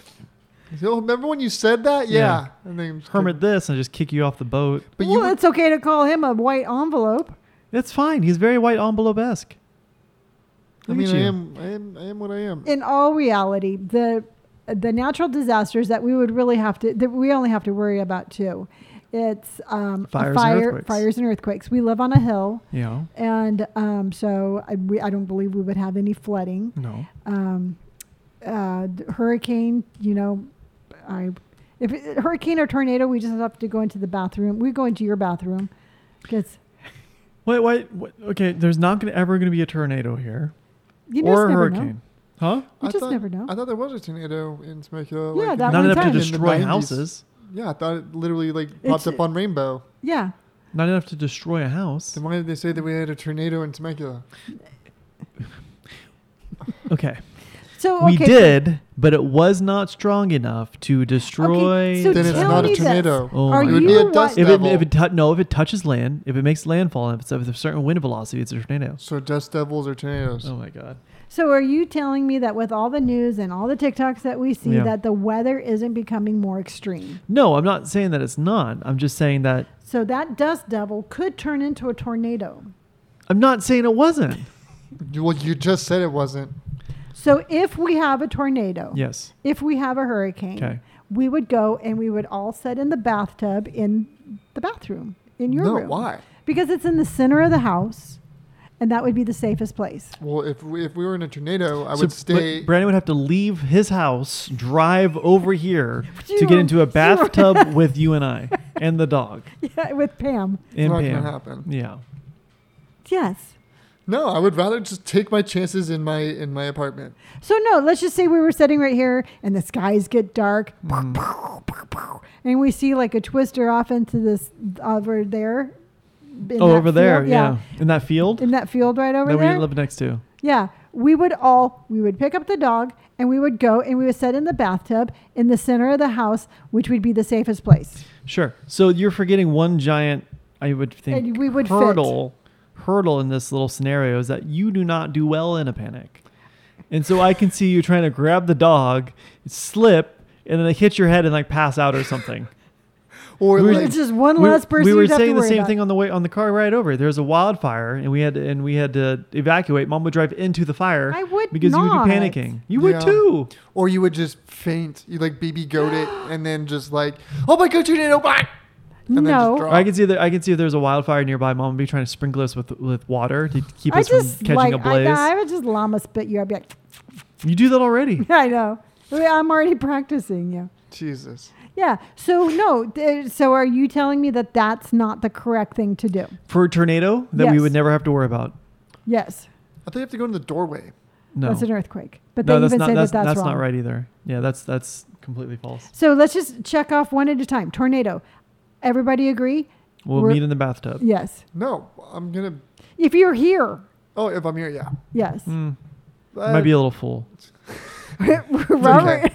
Oh, remember when you said that? Yeah.
Yeah.
And then just
Hermit
kick-
this and just kick you off the boat.
But you
well,
would,
it's okay to call him a white envelope.
That's fine. He's very white envelope esque.
I
Look
mean,
at
I
you.
am, I am, I am what I am.
in all reality, the the natural disasters that we would really have to that we only have to worry about too. It's um, a
Fires and
fire,
earthquakes.
fires and earthquakes. We live on a hill,
You know?
Mm-hmm.
and um, so I, we, I don't believe we would have any flooding.
No.
Um, uh, d- hurricane, you know, I if it, hurricane or tornado, we just have to go into the bathroom. We go into your bathroom. 'Cause
Wait, wait, wait. Okay, there's not gonna, ever going to be a tornado here
you just
or a
never
hurricane, huh?
know. You
I
just
thought-
never know.
I thought there was a tornado in Temecula.
Yeah,
like,
that
Not
one
enough
time.
to
In the
destroy
90s.
houses.
Yeah, I thought it literally like popped
It's-
up on Rainbow.
yeah.
Not enough to destroy a house.
Then why did they say that we had a tornado in Temecula?
Okay,
So
we
Oh, okay, so-
did, but it was not strong enough to destroy.
so
Then it's
tell
not
me
a
this.
tornado.
Oh
Are
my
it would be
you
a
what-
dust
if it,
devil.
if it tou- no, if it touches land, if it makes landfall, and if it's of a certain wind velocity, it's a tornado.
so dust devils are tornadoes.
Oh my god!
So are you telling me that with all the news and all the TikToks that we see,
Yeah.
that the weather isn't becoming more extreme?
No, I'm not saying that it's not. I'm just saying that
So that dust devil could turn into a tornado.
I'm not saying it wasn't.
You- Well, you just said it wasn't.
So if we have a tornado,
Yes.
if we have a hurricane,
Okay.
we would go and we would all sit in the bathtub in the bathroom in your
no,
room.
why?
Because it's in the center of the house, and that would be the safest place.
Well, if we, if we were in a tornado, I
So,
would
but
stay.
Brandon would have to leave his house, drive over here
You
to
were-
get into
you
a
were-
bathtub with you and I and the dog
Yeah, with Pam.
and
not
Pam.
gonna happen.
Yeah.
Yes.
No, I would rather just take my chances in my in my apartment.
So no, let's just say we were sitting right here and the skies get dark,
Mm.
and we see like a twister off into this over there. in
oh,
that
over there.
field.
Yeah. In that field
in that field right over
that we
there.
live next to.
yeah, we would all we would pick up the dog and we would go and we would sit in the bathtub in the center of the house, which would be the safest place.
Sure. So you're forgetting one giant, I would think,
And we would fit.
hurdle hurdle in this little scenario is that you do not do well in a panic, and so I can see you trying to grab the dog, slip, and then like hit your head and like pass out or something.
Or
We were-
like,
It's just one
we,
less person.
we were
you'd have to
saying the
worry
same
about.
thing on the way on the car ride over. There was a wildfire, and we had to, and we had to evacuate. Mom would drive into the fire.
I would
because
not.
you would be panicking. You would
Yeah.
too.
or you would just faint. You like baby goat it, and then just like, oh my god, tornado! Bye. And then just
No.
drop.
I can see that. I can see if there's a wildfire nearby. Mom would be trying to sprinkle us with with water to keep
I
us from
just
catching
like
a blaze.
I, I would just llama spit you. I'd be like,
you do that already.
I know. I'm already practicing you.
Jesus.
Yeah. So no. th- So are you telling me that that's not the correct thing to do?
For a tornado that we
Yes.
would never have to worry about.
Yes,
I thought you have to go in the doorway.
No.
that's an earthquake. But
no,
they
that's
even
not
say
that's,
that that's,
that's
wrong.
not right either. Yeah, that's that's completely false.
So let's just check off one at a time. Tornado. Everybody agree?
We'll
We're-
meet in the bathtub.
Yes.
No, I'm gonna.
If you're here,
Oh, if I'm here, yeah.
yes.
Hmm,
Uh,
might be a little full.
Robert,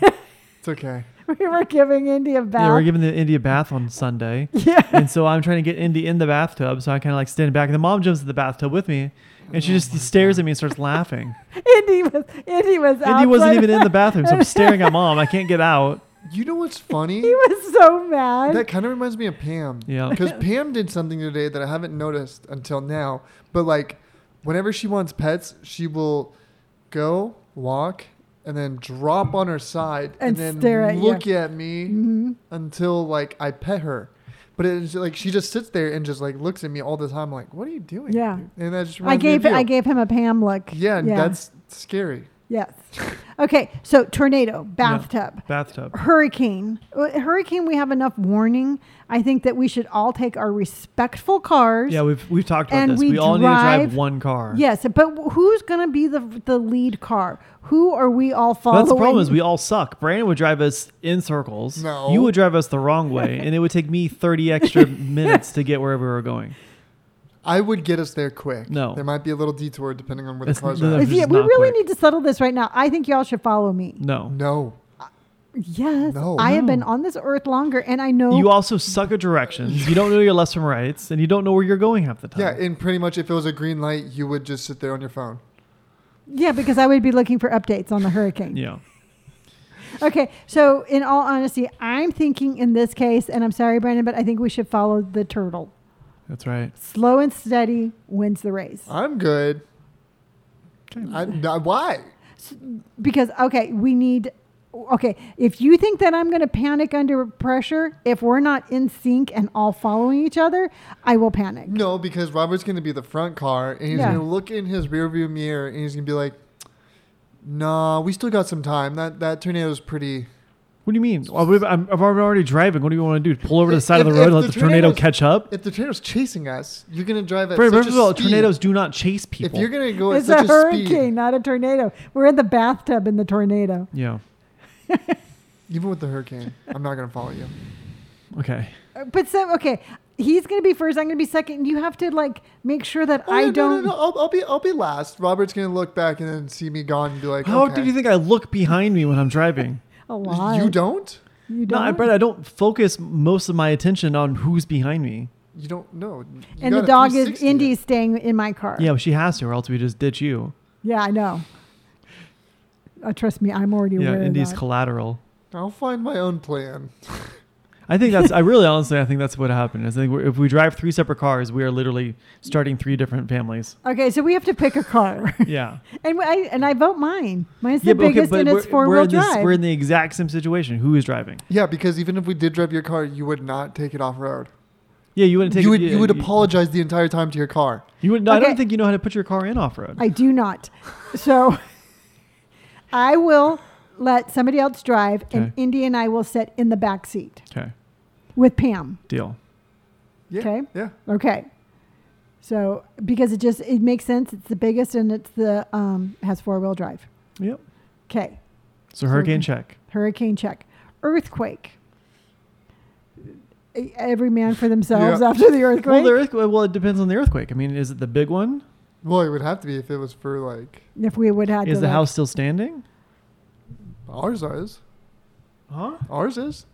It's okay.
we were giving Indy a
Yeah, we're
bath.
giving the India bath on Sunday.
Yeah.
and so I'm trying to get Indy in the bathtub. So I kind of like stand back, and the mom jumps in the baththtub with me, and she just stares at me and starts laughing.
Indy was Indy was
Indy wasn't
outside.
even in the bathroom, so I'm staring at mom. I can't get out.
You know what's funny?
He was so mad.
That kind of reminds me of Pam.
Yeah.
Because Pam did something today that I haven't noticed until now. But like, whenever she wants pets, she will go walk and then drop on her side
And
and, then
stare at you.
look at me
Mhm.
until like I pet her. But it's like she just sits there and just like looks at me all the time. Like, what are you doing?
Yeah.
dude?" And that just
I
reminds me of
gave I
you.
gave him a Pam look.
Yeah, and that's scary.
yes. Okay, so tornado, bathtub.
Bathtub.
Hurricane. Uh, Hurricane, we have enough warning. I think that we should all take our respectful cars.
Yeah, we've we've talked about
And
this.
we
We, all need to drive
drive-
one car.
Yes, but wh- who's going to be the the lead car? Who are we all following?
That's the problem is we all suck. Brandon would drive us in circles.
No.
You would drive us the wrong way, and it would take me 30 extra minutes to get wherever we were going.
I would get us there quick.
No.
There might be a little detour depending on where
It's-
the cars
no,
are.
no.
at.
If you-
just
we
not
really
quick.
need to settle this right now. I think y'all should follow me.
No.
No.
Yes,
No.
I have
No.
been on this earth longer, and I know.
You also suck at directions. You don't know your left from rights, and you don't know where you're going half the time.
Yeah, and pretty much if it was a green light, you would just sit there on your phone.
yeah, because I would be looking for updates on the hurricane.
yeah.
Okay, so in all honesty, I'm thinking in this case, and I'm sorry, Brandon, but I think we should follow the turtle.
That's right.
Slow and steady wins the race.
I'm good. I, no, why?
because okay we need okay if you think that i'm going to panic under pressure if we're not in sync and all following each other i will panic
No, because Robert's going to be the front car, and he's
Yeah.
going to look in his rearview mirror, and he's going to be like, No, we still got some time. That that tornado's pretty.
What do you mean? Well, we've, I'm, I'm already driving. What do you want to do? Pull over to the side of
If-
the road
if
and let
the
the tornado
tornado's-
catch up?
If the tornado's chasing us, you're gonna drive at
First,
such
first
a
of all,
speed.
tornadoes do not chase people.
If you're gonna go
It's
at
a
such
hurricane,
speed,
not a tornado. We're in the bathtub in the tornado.
yeah.
even with the hurricane, I'm not gonna follow you.
Okay.
Uh, But so okay, he's gonna be first. I'm gonna be second. You have to like make sure that
Oh, no,
I
no, no,
don't.
no, I'll, I'll be I'll be last. Robert's gonna look back and then see me gone and be like,
How
okay.
do you think I look behind me when I'm driving?
A lot.
You don't.
You
No,
don't.
I, Brett, I don't focus most of my attention on who's behind me.
You don't know. You
and the
got
dog
a
is
360 there.
Indy's staying in my car.
Yeah, well, she has to, or else we just ditch you.
Yeah, I know. Uh, trust me, I'm already
yeah,
aware.
Indy's
of that.
collateral.
I'll find my own plan.
I think that's. I really, honestly, I think that's what happened. Is I think we're, if we drive three separate cars, we are literally starting three different families.
okay, so we have to pick a car,
Yeah.
and I and I vote mine. Mine's
yeah,
the biggest, and it's four
we're
wheel
in this-
drive.
we're in the exact same situation. Who is driving?
Yeah, because even if we did drive your car, you would not take it off road.
Yeah, you wouldn't take.
You would
yeah,
you would apologize the entire time to your car.
You would. No, I
Okay.
don't think you know how to put your car in off road.
I do not. So I will let somebody else drive, and
Okay.
Indy and I will sit in the back seat
Okay,
with Pam.
deal.
Yeah.
Okay.
Yeah.
Okay. So because it just it makes sense. It's the biggest, and it's the um, has four wheel drive.
Yep.
Okay.
So hurricane
we-
check.
Hurricane check. Earthquake. E- Every man for themselves
Yeah.
after the earthquake.
Well, the earthquake. Well, it depends on the earthquake. I mean, is it the big one?
Well, it would have to be if it was for like
if we would have
Is
to
the
like-
house still standing?
ours is.
Huh?
Ours is.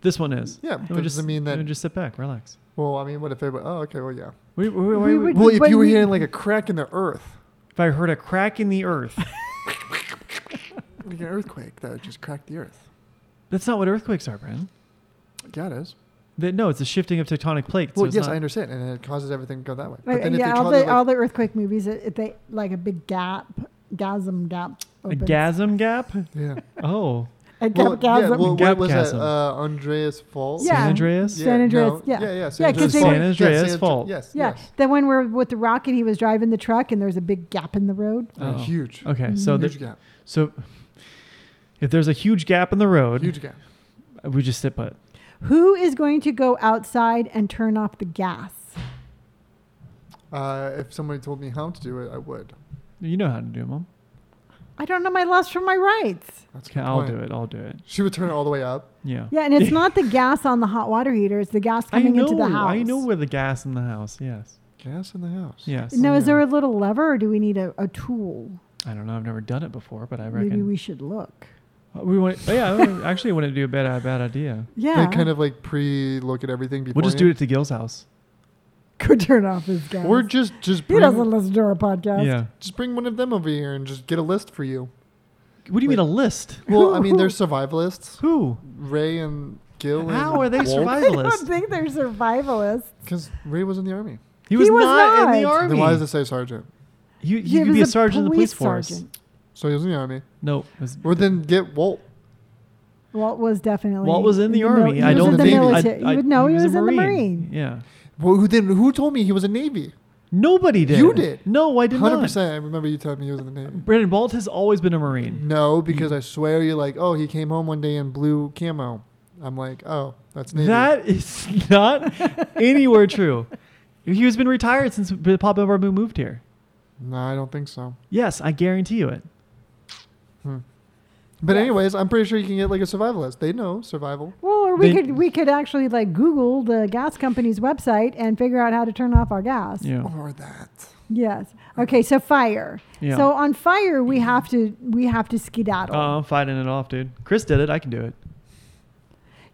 This one is.
Yeah.
No,
But does
just
it mean
no,
that?
Just sit back, relax.
Well, I mean, what if everybody? Oh, okay. Well, yeah.
We, we, we,
We
we-
would-
Well, if
But
you were
we-
hearing like a crack in the earth,
if I heard a crack in the earth,
like an earthquake that would just cracked the earth.
that's not what earthquakes are, Bren.
Yeah, it is.
That- no, it's a shifting of tectonic plates. so
Well,
it's
yes,
not-
I understand, and it causes everything to go that way.
Like,
then
yeah,
they
all
try to,
the
like-
all the earthquake movies, it, it, they like a big gap, gasm gap.
A
opens.
gasm gap?
yeah.
Oh,
A
Well,
gap,
yeah,
gasm.
well,
Gap
what was that?
chasm.
Uh, Andreas Fault.
Yeah.
San Andreas?
San Andreas, yeah.
Yeah, yeah.
Yeah, 'cause
they- San Andreas
Andr-
Fault.
Yes,
yeah,
yes.
the one where with the rock and he was driving the truck and there was a big gap in the road.
Uh,
Oh.
Huge.
Okay, so
Huge
there,
gap.
so if there's a huge gap in the road,
Huge gap.
we just sit put.
Who is going to go outside and turn off the gas?
Uh, if somebody told me how to do it, I would.
You know how to do it, mom.
I don't know my left from my rights.
That's a
Okay,
good
I'll
point.
do it. I'll do it.
She would turn it all the way up.
Yeah.
Yeah, and it's not the gas on the hot water heater; it's the gas
I
coming
know.
into the house.
I know where the gas in the house. Yes.
Gas in the house.
Yes.
Now, is
Yeah.
there a little lever, or do we need a, a tool?
I don't know. I've never done it before, but I
Maybe
reckon
we should look.
Uh, we want. oh, yeah. I would- actually wouldn't do a bad a bad idea.
Yeah,
They kind of like pre-look at everything before.
We'll just do it to Gil's house.
could turn off his gas.
Or just just
he doesn't
bring,
listen to our podcast.
Yeah.
just bring one of them over here and just get a list for you.
What do you mean
Wait.
a list?
Well, I mean, they're survivalists.
Who?
Ray and Gil. and
How are they
I don't
survivalists?
think they're survivalists.
Because Ray was in the army.
He was,
was
not, in the
not.
army.
Then why does it say sergeant?
You,
He
you could
was
be
a
a sergeant in the police
police
force.
sergeant.
So he was in the army.
No, it was-
Or then get Walt.
Walt was definitely
Walt was in the
mil-
army.
he
I
was
don't
in the
think
military.
I, I,
you would know he was,
a
in the
Marine.
marine.
Yeah,
Well, who then? Who told me he was a navy?
nobody did.
You did.
No, I did
Hundred
100%. not.
percent. I remember you telling me he was in the navy.
Brandon Balt has always been a Marine.
No, because I swear you're like, oh, he came home one day in blue camo. I'm like, oh, that's navy.
That is not anywhere true. He has been retired since Papa Barbu moved here.
no, I don't think so.
Yes, I guarantee you it.
But
Yeah.
anyways, I'm pretty sure you can get like a survivalist. They know survival.
Well, or we
They-
could we could actually like Google the gas company's website and figure out how to turn off our gas.
Yeah.
Or that.
Yes. Okay. So fire.
Yeah.
So on fire, we have to we have to skedaddle.
Uh, I'm fighting it off, dude. Chris did it. I can do it.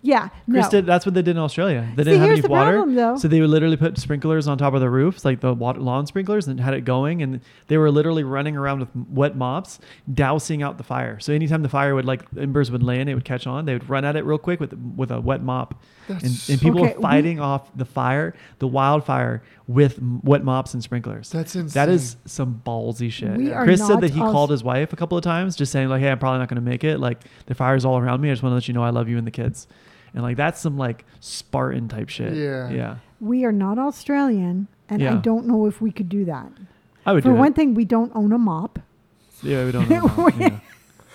yeah.
Chris
No.
did. That's what they did in Australia. They
See,
didn't have
here's
any
the
water,
problem, though.
so they would literally put sprinklers on top of the roofs, like the water, lawn sprinklers, and had it going. And they were literally running around with wet mops, dousing out the fire. So anytime the fire would like embers would land, it would catch on. They would run at it real quick with with a wet mop, and,
That's
and people
Okay,
were
we-
fighting off the fire, the wildfire, with m- wet mops and sprinklers.
That's insane.
That is some ballsy shit.
We are
Chris
not
said that he
us-
called his wife a couple of times, just saying like, "Hey, I'm probably not going to make it. Like, the fire's all around me. I just want to let you know I love you and the kids." And like that's some like Spartan type shit.
Yeah.
yeah.
We are not Australian, and I
Yeah.
don't know if we could do that.
I would
For
do
one
one.
thing, we don't own a mop.
Yeah, we don't know. yeah.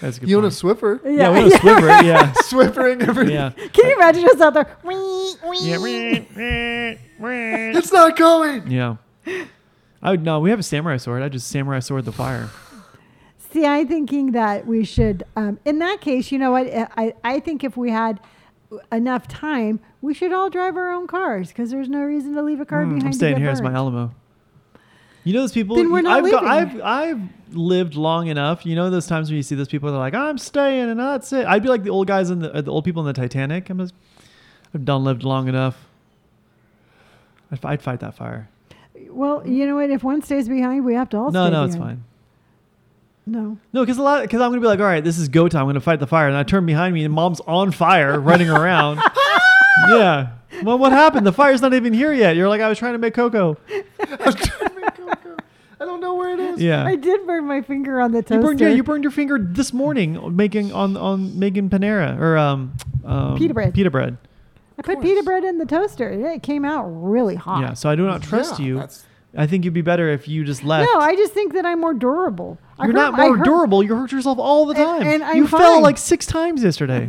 That's a good
You
point.
want a Swiffer?
yeah, we want a Swiffer. Yeah.
Swiffering everything.
Yeah.
Can you imagine us out there? Wee, wee.
yeah.
It's not going.
yeah. I would no. We have a samurai sword. I just samurai sword the fire.
See, I'm thinking that we should, um, in that case, you know what? I, I, I think if we had enough time, we should all drive our own cars because there's no reason to leave a car
Mm,
behind.
I'm staying
to get
here as my
burned.
Alamo. You know those people.
Then we're not
I've, got-
leaving.
I've I've lived long enough. You know those times when you see those people. They're like, I'm staying, and that's it. I'd be like the old guys in the uh, the old people in the Titanic. I'm just, I've done lived long enough. I'd, I'd fight that fire.
Well, you know what? If one stays behind, we have to all
no,
stay
no, it's
behind.
fine.
No.
No, because a lot because I'm gonna be like, all right, this is go time. I'm gonna fight the fire, and I turn behind me, and mom's on fire, running around. yeah. Well, what happened? The fire's not even here yet. You're like, I was trying to make cocoa.
I don't know where it is.
Yeah.
I did burn my finger on the toaster.
You burned, yeah, you burned your finger this morning making on on making Panera or um, um
Pita bread.
Pita bread.
I put
course.
pita bread in the toaster. and It came out really hot.
Yeah. So I do not trust
Yeah,
you.
that's-
I think you'd be better if you just left.
No, I just think that I'm more durable. I
You're
hurt-
not
I
more
hurt-
durable. You hurt yourself all the
And-
time.
and I'm
you fell
fine.
like six times yesterday.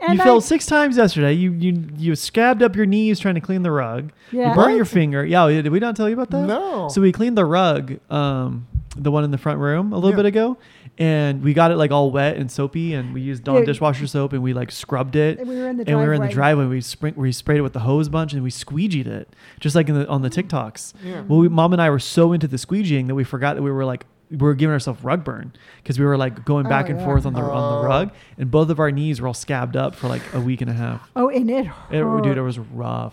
and
you
I-
fell six times yesterday. You you you scabbed up your knees trying to clean the rug.
Yeah.
You burnt
What?
your finger. Yeah. Did we not tell you about that?
No.
So we cleaned the rug, um, the one in the front room, a little
Yeah.
bit ago, and we got it like all wet and soapy, and we used Dawn
Yeah.
dishwasher soap, and we like scrubbed it.
And we were in the
and we were in the
driveway.
driveway. We spring, we sprayed it with the hose bunch, and we squeegeed it, just like in the on the TikToks.
Yeah.
Well, we, mom and I were so into the squeegeeing that we forgot that we were like. We were giving ourselves rug burn because we were like going back
Oh,
and
yeah.
forth on the on the
Oh.
rug, and both of our knees were all scabbed up for like a week and a half.
Oh, and it
It,
hurt.
dude, it was rough.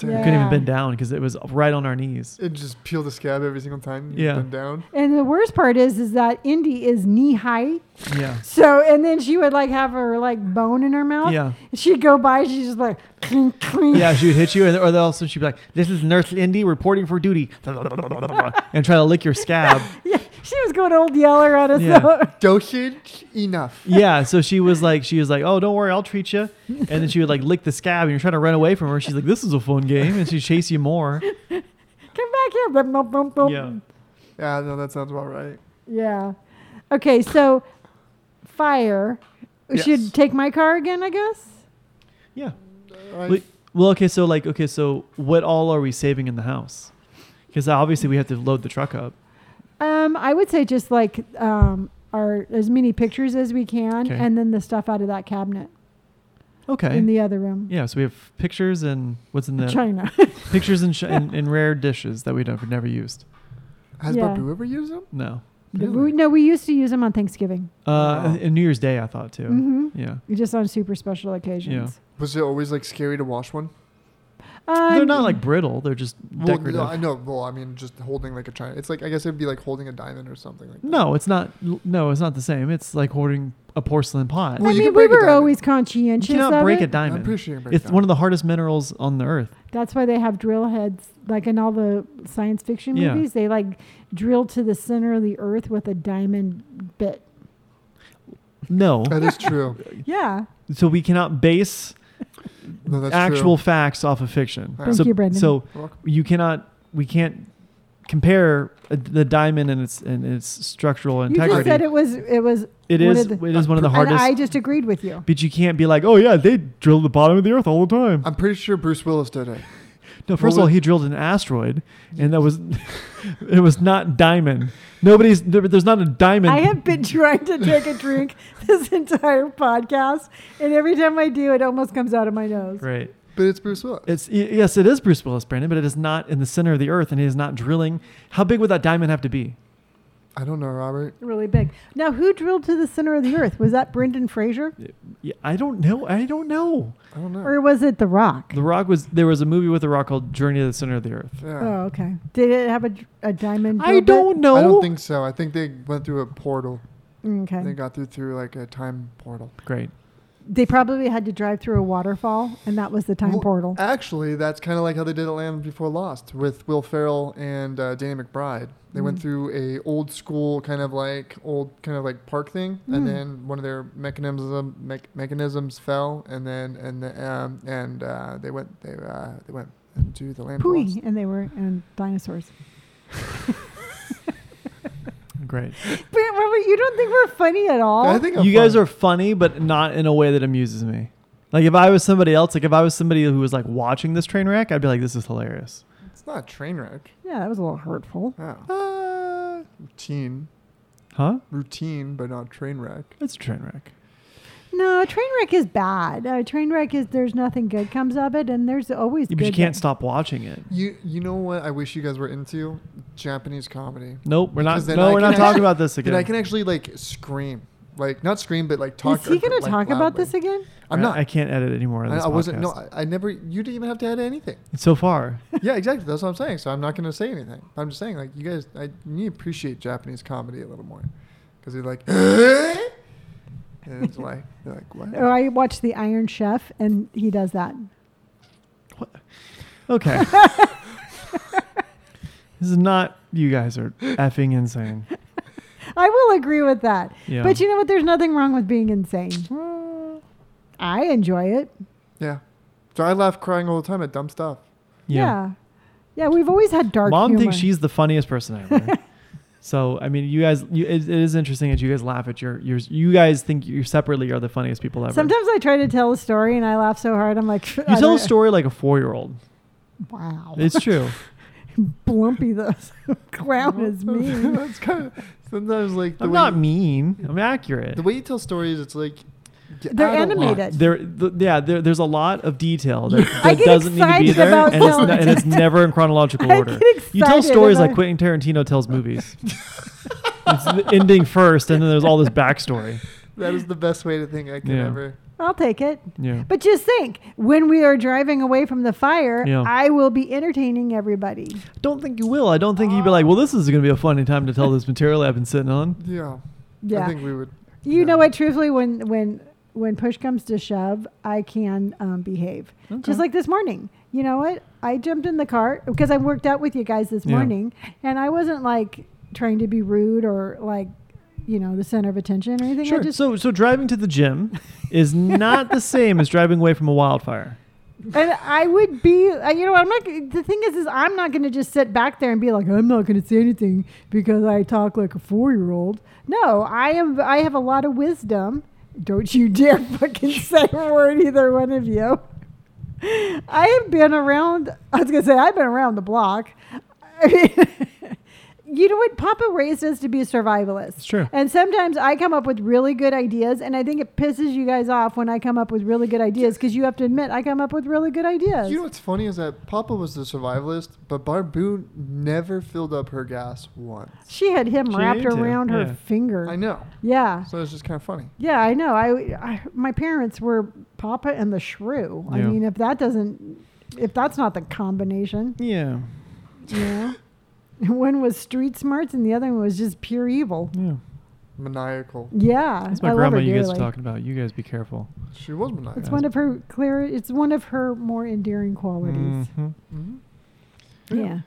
Damn.
We
Yeah.
couldn't even bend down because it was right on our knees.
It just peel the scab every single time. You
Yeah.
Bend down.
And the worst part is, is that Indy is knee high.
Yeah.
So, and then she would like have her like bone in her mouth.
Yeah.
And she'd go by, she's just like, clink, clink.
Yeah, she would hit you, and or also she'd be like, "This is Nurse Indy reporting for duty," and try to lick your scab.
Yeah, She was going old yeller at us.
Yeah.
though.
Dosage enough.
Yeah, so she was like, she was like, "Oh, don't worry, I'll treat you," and then she would like lick the scab, and you're trying to run away from her. She's like, "This is a fun game," and she chase you more.
Come back here. Bum, bum, bum, bum.
Yeah,
Yeah, no, that sounds about right.
Yeah. Okay, so fire. We
Yes.
should take my car again, I guess.
yeah.
I-
Wait, Well, okay, so like, okay, so what all are we saving in the house? Because obviously we have to load the truck up.
Um, I would say just like um, our as many pictures as we can,
Okay.
and then the stuff out of that cabinet
Okay.
in the other room.
yeah, so we have pictures and what's in the
China.
pictures and, sh- and, and rare dishes that we never never used.
Has
yeah.
Babu ever used them?
No.
The-
Really?
we- no, we used to use them on Thanksgiving,
Uh,
Wow.
and New Year's Day, I thought too.
Mhm.
Yeah.
just on super special occasions.
Was it always like scary to wash one?
Um,
they're not like brittle. They're just
Well,
decorative.
no, I know. Well, I mean, just holding like a china. It's like I guess it'd be like holding a diamond or something. Like that.
no, it's not. No, it's not the same. It's like hoarding a porcelain pot.
I
Well, you
mean, we
can break a
were
diamond.
always
you
conscientious
cannot
of
break a
it.
diamond.
I'm pretty sure you can break
it's
down.
one of the hardest minerals on the earth.
That's why they have drill heads, like in all the science fiction
Yeah.
movies. They like drill to the center of the earth with a diamond bit.
No,
That is true.
Yeah.
so we cannot base
No, that's
actual
True.
facts off of fiction.
Thank
so,
you, Brendan.
So
You're welcome.
you cannot, we can't compare uh, the diamond and its and its structural
You
integrity.
just said it was it was
it
one
is
of the-
it is one of the hardest.
And I just agreed with you.
but you can't be like, oh yeah, they drill the bottom of the earth all the time.
I'm pretty sure Bruce Willis did it.
No, first
Um, What
of all,
was-
he drilled an asteroid, and that was it was not diamond. Nobody's there, there's not a diamond.
I have been trying to take a drink this entire podcast, and every time I do, it almost comes out of my nose.
right.
But it's Bruce Willis.
It's y- yes, it is Bruce Willis, Brandon, but it is not in the center of the earth, and he is not drilling. How big would that diamond have to be?
I don't know, Robert.
Really big. Now, who drilled to the center of the earth? Was that Brendan Fraser,
Yeah, I don't know. I don't know.
I don't know.
or was it The Rock?
The Rock was there was a movie with The Rock called Journey to the Center of the Earth.
yeah.
Oh, okay. Did it have a, dr- a diamond? drill
I don't know.
I don't think so. I think they went through a portal.
bit?
They
Okay.
got through through like a time portal.
Great.
They probably had to drive through a waterfall, and that was the time
Well,
portal.
Actually, that's kind of like how they did Land Before Lost with Will Ferrell and uh, Danny McBride. They went through a old school kind of like old kind of like park thing, and then one of their mechanism mech mechanisms fell, and then and the, um, and uh, they went they uh, they went into the Land Before Lost.
Pooey, and they were and dinosaurs.
Great.
But Robert, you don't think we're funny at all?
I think I'm
you guys
fine.
are funny, but not in a way that amuses me. Like if I was somebody else, like if I was somebody who was like watching this train wreck, I'd be like, "This is hilarious."
It's not a train wreck.
yeah, that was a little hurtful.
Oh. Uh, routine,
Huh?
routine, but not train wreck.
It's a train wreck.
No, a train wreck is bad. A train wreck is there's nothing good comes of it, and there's always.
but you
good
can't
that-
stop watching it.
You you know what I wish you guys were into? Japanese comedy.
Nope, we're
Because
not.
then
No,
I
we're
can
not talking
actually-
about this
Then I
again.
can actually like scream, like not scream, but like talk.
Is he
or,
gonna
like,
talk about
loudly.
this again?
I'm not.
I can't edit anymore.
I,
Of this
I wasn't. No,
podcast.
I, I never. You didn't even have to add anything.
So far,
yeah, exactly. That's what I'm saying. So I'm not going to say anything. I'm just saying, like, you guys, I you need to appreciate Japanese comedy a little more because they're like, "Eh?" and it's like, they're like, what?
Or Oh, I watch The Iron Chef, and he does that.
okay. this is not. You guys are effing insane.
I will agree with that.
Yeah.
But you know what? There's nothing wrong with being insane. I enjoy it.
Yeah. So I laugh crying all the time at dumb stuff.
Yeah. Yeah, we've always had dark
Mom
humor.
thinks she's the funniest person ever. so I mean, you guys, you, it, it is interesting that you guys laugh at your, your you guys think you separately are the funniest people ever.
Sometimes I try to tell a story and I laugh so hard I'm like, I
you tell
don't-
a story like a four year old.
Wow,
It's true.
Blumpy the clown is mean.
That's kind of sometimes like the
I'm
way
not
you,
mean. I'm accurate.
the way you tell stories. It's like you
They're
add a lot.
animated.
there, th- yeah, there, there's a lot of detail that,
I
that
get
doesn't need to be
excited
there,
about
and it's,
telling-
not, and it's never in chronological
I
order.
get
You tell
excited
stories
about-
like Quentin Tarantino tells movies. it's the ending first, and then there's all this backstory.
That is the best way to think I can
Yeah.
ever.
I'll take it.
Yeah.
But just think, when we are driving away from the fire,
Yeah.
I will be entertaining everybody.
don't think you will. I don't think you'd be like, well, this is going to be a funny time to tell this material I've been sitting on.
Yeah. I
Yeah.
think we would.
you
yeah.
know what? Truthfully, when when when push comes to shove, I can um, behave. Just
Okay.
like this morning. You know what? I jumped in the car because I worked out with you guys this
Yeah.
morning, and I wasn't like trying to be rude or like, you know, the center of attention or anything. I
Sure.
just
so, so driving to the gym is not the same as driving away from a wildfire.
And I would be, uh, you know, I'm not. g- The thing is, is I'm not going to just sit back there and be like, I'm not going to say anything because I talk like a four year old. No, I am. I have a lot of wisdom. Don't you dare fucking say a word, either one of you. I have been around. I was going to say I've been around the block. I mean, you know what? Papa raised us to be survivalists.
It's true.
And sometimes I come up with really good ideas, and I think it pisses you guys off when I come up with really good ideas because you have to admit I come up with really good ideas.
You know what's funny is that Papa was the survivalist, but Barbu never filled up her gas once.
she had him
She
wrapped
needed to,
around her
yeah.
finger.
I know.
Yeah.
So it's just kind of funny.
Yeah, I know. I, I my parents were Papa and the Shrew. I
Yeah.
mean, if that doesn't, if that's not the combination,
Yeah.
you know, one was street smarts and the other one was just pure evil.
Yeah.
Maniacal.
Yeah,
That's my
I love
grandma
her
you guys are
dearly.
talking about. You guys be careful.
She was maniacal.
It's one of her clear. It's one of her more endearing qualities.
Mhm.
Mhm.
Mm-hmm.
Yeah.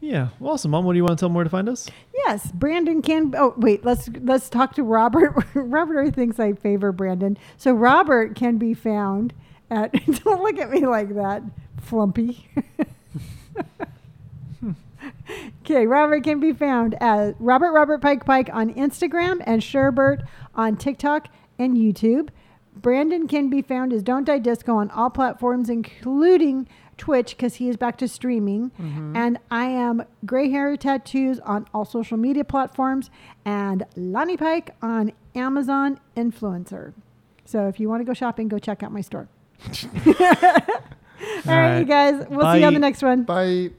Yeah. Well, awesome, Mom. What do you want to tell them where to find us?
Yes, Brandon can. Oh, wait. Let's let's talk to Robert. Robert already thinks I favor Brandon. So Robert can be found at. Don't look at me like that, flumpy. Okay, Robert can be found at Robert Robert Pike Pike on Instagram and Sherbert on TikTok and YouTube. Brandon can be found as Don't Die Disco on all platforms, including Twitch, because he is back to streaming. And I am Gray Hair Tattoos on all social media platforms and Lonnie Pike on Amazon Influencer. So if you want to go shopping, go check out my store. all right,
right.
you guys. We'll see you on
Bye.
the next one.
Bye.